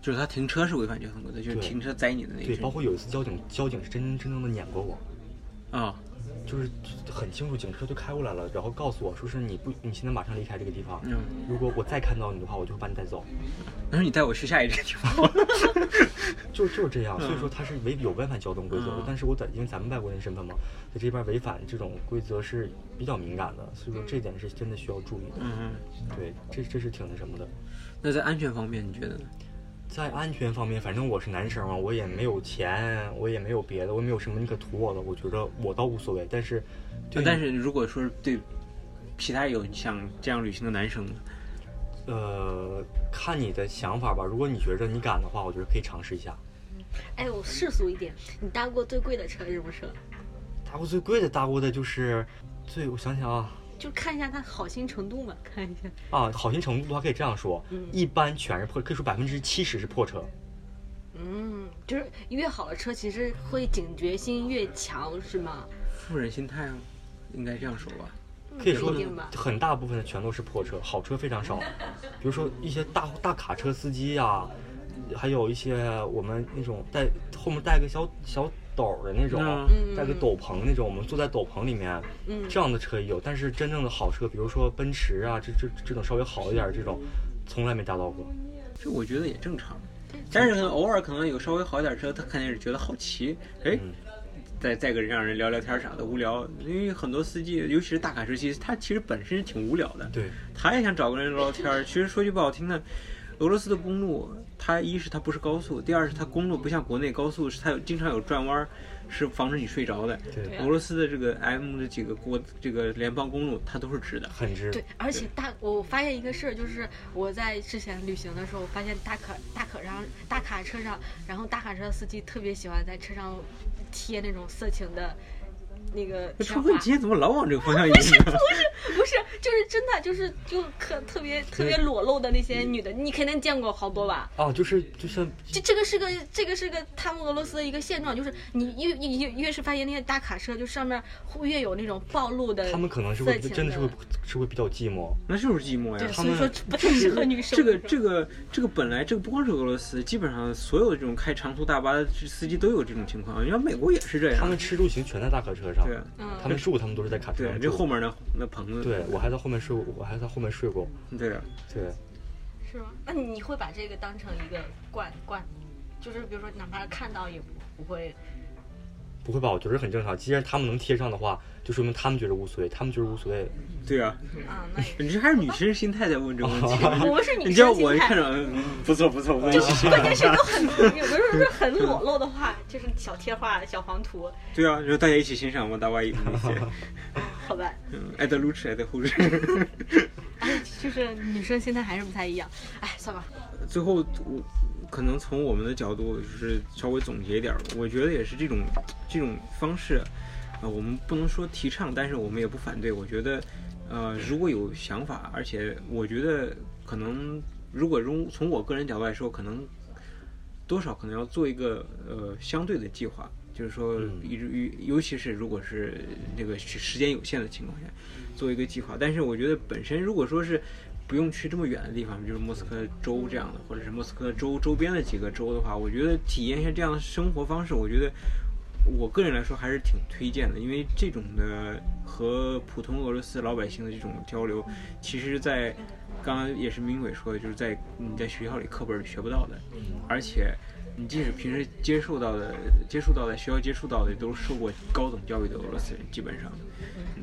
Speaker 2: 就是他停车是违反交通规则，就是
Speaker 3: 对
Speaker 2: 停车宰你的那
Speaker 3: 对，
Speaker 2: 种。
Speaker 3: 包括有一次交警，交警是真真正正的撵过我，
Speaker 2: 啊、
Speaker 3: 就是很清楚，警车就开过来了，然后告诉我说是你不，你现在马上离开这个地方。
Speaker 2: 嗯
Speaker 3: 如果我再看到你的话，我就会把你带走。
Speaker 2: 那说你带我去下一个地方。
Speaker 3: 就就是这样，
Speaker 2: 嗯
Speaker 3: 所以说他是违有违反交通规则的
Speaker 2: 嗯，
Speaker 3: 但是我在因为咱们外国人身份嘛，在这边违反这种规则是比较敏感的，所以说这点是真的需要注意的。
Speaker 2: 嗯，
Speaker 3: 对，这这是挺那什么的。
Speaker 2: 那在安全方面你觉得呢？
Speaker 3: 在安全方面，反正我是男生嘛，我也没有钱，我也没有别的，我也没有什么你可图我的，我觉得我倒无所谓。但是，
Speaker 2: 呃
Speaker 3: 对，
Speaker 2: 但是如果说是对其他有想这样旅行的男生呢，
Speaker 3: 呃，看你的想法吧。如果你觉得你敢的话，我觉得可以尝试一下。
Speaker 1: 哎，我世俗一点，你搭过最贵的车是什么车？
Speaker 3: 搭过最贵的搭过的就是最，我想想啊
Speaker 1: 就看一下它好心程度嘛，看一下。
Speaker 3: 啊，好心程度的话可以这样说，
Speaker 2: 嗯
Speaker 3: 一般全是破，可以说百分之七十是破车。
Speaker 1: 嗯，就是越好的车其实会警觉性越强，是吗？
Speaker 2: 富人心态啊，应该这样说吧。
Speaker 3: 可以
Speaker 1: 不
Speaker 3: 说
Speaker 1: 一定吧。
Speaker 3: 很大部分的全都是破车，好车非常少。比如说一些大大卡车司机呀、还有一些我们那种带后面带个小小斗儿的那种，
Speaker 2: 嗯
Speaker 3: 带个斗篷那种，我们坐在斗篷里面，
Speaker 1: 嗯
Speaker 3: 这样的车也有。但是真正的好车，比如说奔驰啊，这这这种稍微好一点儿这种，从来没搭到过。
Speaker 2: 这我觉得也正常。但是可能偶尔可能有稍微好一点车，他肯定是觉得好奇，哎，再再跟让人聊聊天啥的无聊，因为很多司机，尤其是大卡车司机，他其实本身是挺无聊的，
Speaker 3: 对，
Speaker 2: 他也想找个人聊聊天儿。其实说句不好听的，俄罗斯的公路，它一是它不是高速，第二是它公路不像国内高速，是它有经常有转弯儿，是防止你睡着的。
Speaker 3: 对
Speaker 2: 俄罗斯的这个 M 的几个国这个联邦公路，它都是直的。
Speaker 3: 很值。
Speaker 1: 对，而且大我发现一个事儿，就是我在之前旅行的时候，我发现大卡大卡上大卡车上，然后大卡车司机特别喜欢在车上贴那种色情的。那个贴
Speaker 2: 那川
Speaker 1: 画
Speaker 2: 哥，你今天怎么老往这个方向引呢？
Speaker 1: 不是，就是真的，就是就可特别特别裸露的那些女的，你肯定见过好多吧？
Speaker 3: 啊，就是就像
Speaker 1: 这这个是个这个是个他们俄罗斯的一个现状，就是你越越越越是发现那些大卡车，就上面会越有那种暴露的色情，
Speaker 3: 他们可能是会真的是会是会比较寂寞。
Speaker 2: 那就是寂寞呀。
Speaker 1: 对，
Speaker 3: 他
Speaker 1: 所以
Speaker 3: 们
Speaker 1: 说不太适合女生。
Speaker 2: 这个这个这个本来这个不光是俄罗斯，基本上所有这种开长途大巴的司机都有这种情况。你看美国也是这
Speaker 3: 他
Speaker 2: 样。
Speaker 3: 们吃住行全在大卡车上，
Speaker 2: 对
Speaker 1: 嗯
Speaker 3: 他们住他们都是在卡车
Speaker 2: 对，
Speaker 3: 上
Speaker 2: 这
Speaker 3: 住。
Speaker 2: 后面那那棚子。
Speaker 3: 对我还在后面睡过，我还在后面睡过。
Speaker 2: 对啊，
Speaker 3: 对，
Speaker 1: 是吗？那你会把这个当成一个惯惯，就是比如说哪怕看到也不会。
Speaker 3: 不会吧？我觉得很正常。既然他们能贴上的话，就说明他们觉得无所谓，他们觉得无所谓。
Speaker 2: 对啊，
Speaker 1: 啊，那也
Speaker 2: 你这还是女生心态在问这个 问题。
Speaker 1: 我们是女
Speaker 2: 你叫
Speaker 1: 生
Speaker 2: 我
Speaker 1: 心
Speaker 2: 一看
Speaker 1: 态，
Speaker 2: 着，嗯不错不错，我也是这
Speaker 1: 关
Speaker 2: 样
Speaker 1: 键 是都很有的时候是很裸露的话， 就是小贴画、小黄图，
Speaker 2: 对啊，就大家一起欣赏我大巴一起，
Speaker 1: 好吧？
Speaker 2: 嗯爱的路痴，爱的护士。
Speaker 1: 哎，就是女生心态还是不太一样。哎，算吧，
Speaker 2: 最后我可能从我们的角度就是稍微总结一点儿，我觉得也是这种这种方式，呃，我们不能说提倡，但是我们也不反对。我觉得，呃，如果有想法，而且我觉得可能如果从从我个人角度来说，可能多少可能要做一个呃相对的计划，就是说，尤尤其是如果是这个时时间有限的情况下，做一个计划。但是我觉得本身如果说是不用去这么远的地方，就是莫斯科州这样的，或者是莫斯科州周边的几个州的话，我觉得体验一下这样的生活方式，我觉得我个人来说还是挺推荐的，因为这种的和普通俄罗斯老百姓的这种交流，其实在刚刚也是明伟说的，就是在你在学校里课本里学不到的，而且你即使平时接触到的、接触到的学校接触到的，都是受过高等教育的俄罗斯人，基本上，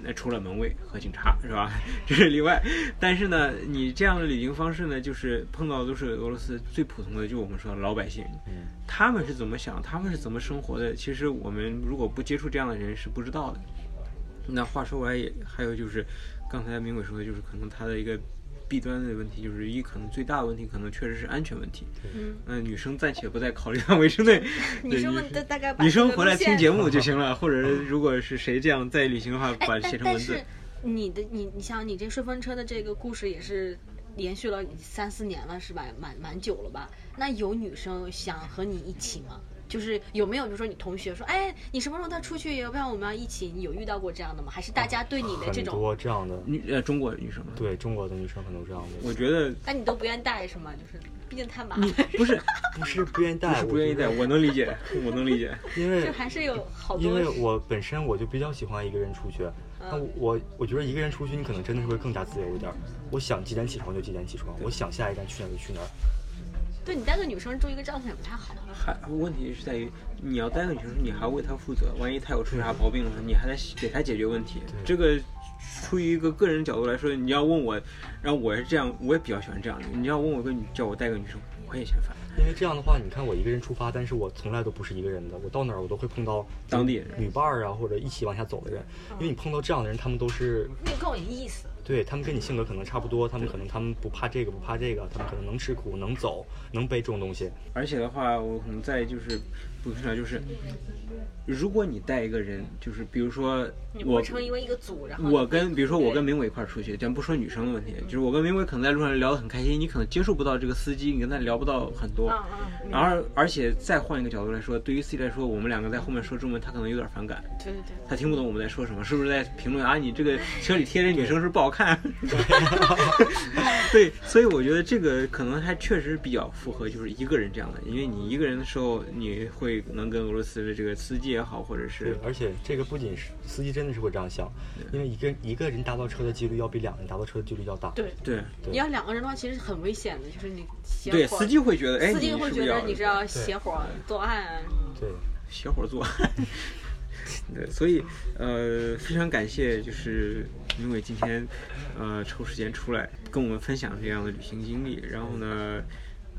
Speaker 2: 那除了门卫和警察是吧， 这是例外。但是呢，你这样的旅行方式呢，就是碰到的都是俄罗斯最普通的，就我们说的老百姓，他们是怎么想，他们是怎么生活的，其实我们如果不接触这样的人是不知道的。那话说回来也还有就是，刚才明伟说的就是可能他的一个弊端的问题，就是一可能最大的问题可能确实是安全问题。
Speaker 1: 嗯，
Speaker 2: 嗯，女生暂且不再考虑范围之内。
Speaker 5: 女
Speaker 2: 对
Speaker 5: 生
Speaker 2: 女
Speaker 5: 们大大概把
Speaker 2: 女
Speaker 5: 这
Speaker 2: 生
Speaker 5: 个
Speaker 2: 回
Speaker 5: 路
Speaker 2: 来听
Speaker 5: 线
Speaker 2: 节目就 行了，或者如果是谁这样在旅行的话，
Speaker 1: 哎
Speaker 2: 把，写
Speaker 1: 但
Speaker 2: 成文
Speaker 1: 但
Speaker 2: 字
Speaker 1: 是。你的你你像你这顺风车的这个故事也是延续了三四年了是吧？蛮蛮久了吧？那有女生想和你一起吗？就是有没有，比如说你同学说，哎，你什么时候他出去，要不然我们要一起？你有遇到过这样的吗？还是大家对你的这
Speaker 3: 很
Speaker 1: 种，
Speaker 3: 多这样的，
Speaker 2: 女呃，中国女生吗？
Speaker 3: 对中国的女生很多这样的。
Speaker 2: 我觉得
Speaker 1: 那你都不愿带是吗？就是毕竟太麻烦，
Speaker 3: 嗯
Speaker 2: 不是，
Speaker 3: 不是不愿意
Speaker 1: 哎
Speaker 3: 带，
Speaker 2: 不是不愿意带，
Speaker 3: 我
Speaker 2: 我能理解，我能 理解。
Speaker 3: 觉得，因
Speaker 1: 就
Speaker 3: 为
Speaker 1: 还是有好
Speaker 3: 因
Speaker 1: 多嗯
Speaker 3: 为我本身我就比较喜欢一个人出去，那我我觉得一个人出去，你可能真的是会更加自由一点儿。我想几点起床就几点起床，我想下一站去哪儿就去哪儿。
Speaker 1: 对你带个女生住一个帐篷也不太好。啊
Speaker 2: 还问题是在于，你要带个女生，你还要为她负责，万一她有出啥毛病了，你还得给她解决问题。这个出于一个个人角度来说，你要问我，然后我是这样，我也比较喜欢这样的。你要问我个女，叫我带个女生，我也嫌烦。
Speaker 3: 因为这样的话，你看我一个人出发，但是我从来都不是一个人的，我到哪儿我都会碰到
Speaker 2: 当地人
Speaker 3: 女伴儿啊，或者一起往下走的人。因为你碰到这样的人，他们都是
Speaker 1: 那更有意思，
Speaker 3: 对他们跟你性格可能差不多，他们可能他们不怕这个不怕这个，他们可能能吃苦能走能背这种东西。
Speaker 2: 而且的话，我可能再就是补充一下，就是如果你带一个人，就是比如说
Speaker 1: 你
Speaker 2: 我
Speaker 1: 磨成因为一个组，然后
Speaker 2: 我跟比如说我跟
Speaker 1: 对
Speaker 2: 明伟一块儿出去，咱不说女生的问题，就是我跟明伟可能在路上聊得很开心，你可能接触不到这个司机，你跟他聊不到很多。
Speaker 1: 啊啊，嗯
Speaker 2: 然后，而且再换一个角度来说，对于 C 来说，我们两个在后面说中文，他可能有点反感，
Speaker 1: 对对对。
Speaker 2: 他听不懂我们在说什么，是不是在评论啊？你这个车里贴着女生是不是不 好看？对， 所以我觉得这个可能还确实比较符合就是一个人这样的，因为你一个人的时候，你会能跟俄罗斯的这个司机也好，或者
Speaker 3: 对
Speaker 2: 是，
Speaker 3: 而且这个不仅是司机真的是会这样想，因为一个一个人搭到车的几率要比两个人搭到车的几率要大。
Speaker 1: 对
Speaker 2: 对
Speaker 3: 对
Speaker 1: 你要两个人的话，其实很危险的，就是你协伙
Speaker 2: 对，司机会觉得，哎，
Speaker 1: 司
Speaker 2: 你
Speaker 1: 机
Speaker 2: 是不
Speaker 1: 会
Speaker 2: 是
Speaker 1: 觉得
Speaker 2: 要
Speaker 1: 你是要协伙作案啊什么的。
Speaker 3: 对，
Speaker 2: 小伙儿做。 对，所以呃，非常感谢就是明伟今天呃抽时间出来跟我们分享这样的旅行经历。然后呢，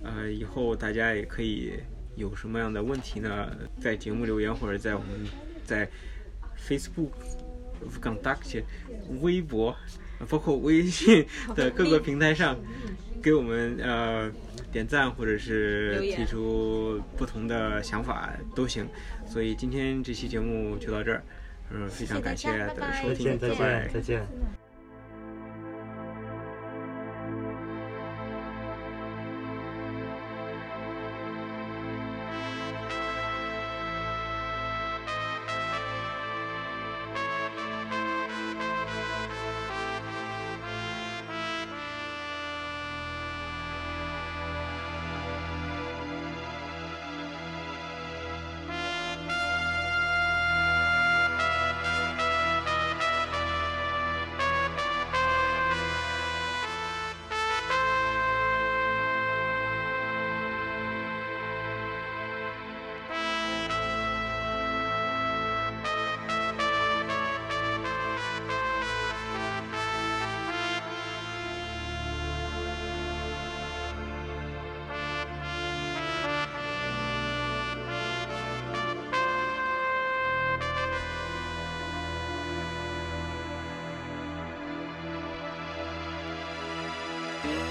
Speaker 2: 呃，以后大家也可以有什么样的问题呢，在节目留言或者在我们在 Facebook、Contact、微博，呃包括微信的各个平台上给我们呃点赞或者是
Speaker 1: 留言
Speaker 2: 提出不同的想法都行。所以今天这期节目就到这儿，嗯、非常感谢
Speaker 5: 谢谢大
Speaker 2: 大
Speaker 5: 家
Speaker 2: 家收
Speaker 3: 再
Speaker 2: 听，
Speaker 3: 见再
Speaker 2: 拜拜
Speaker 3: 见再见。
Speaker 5: Thank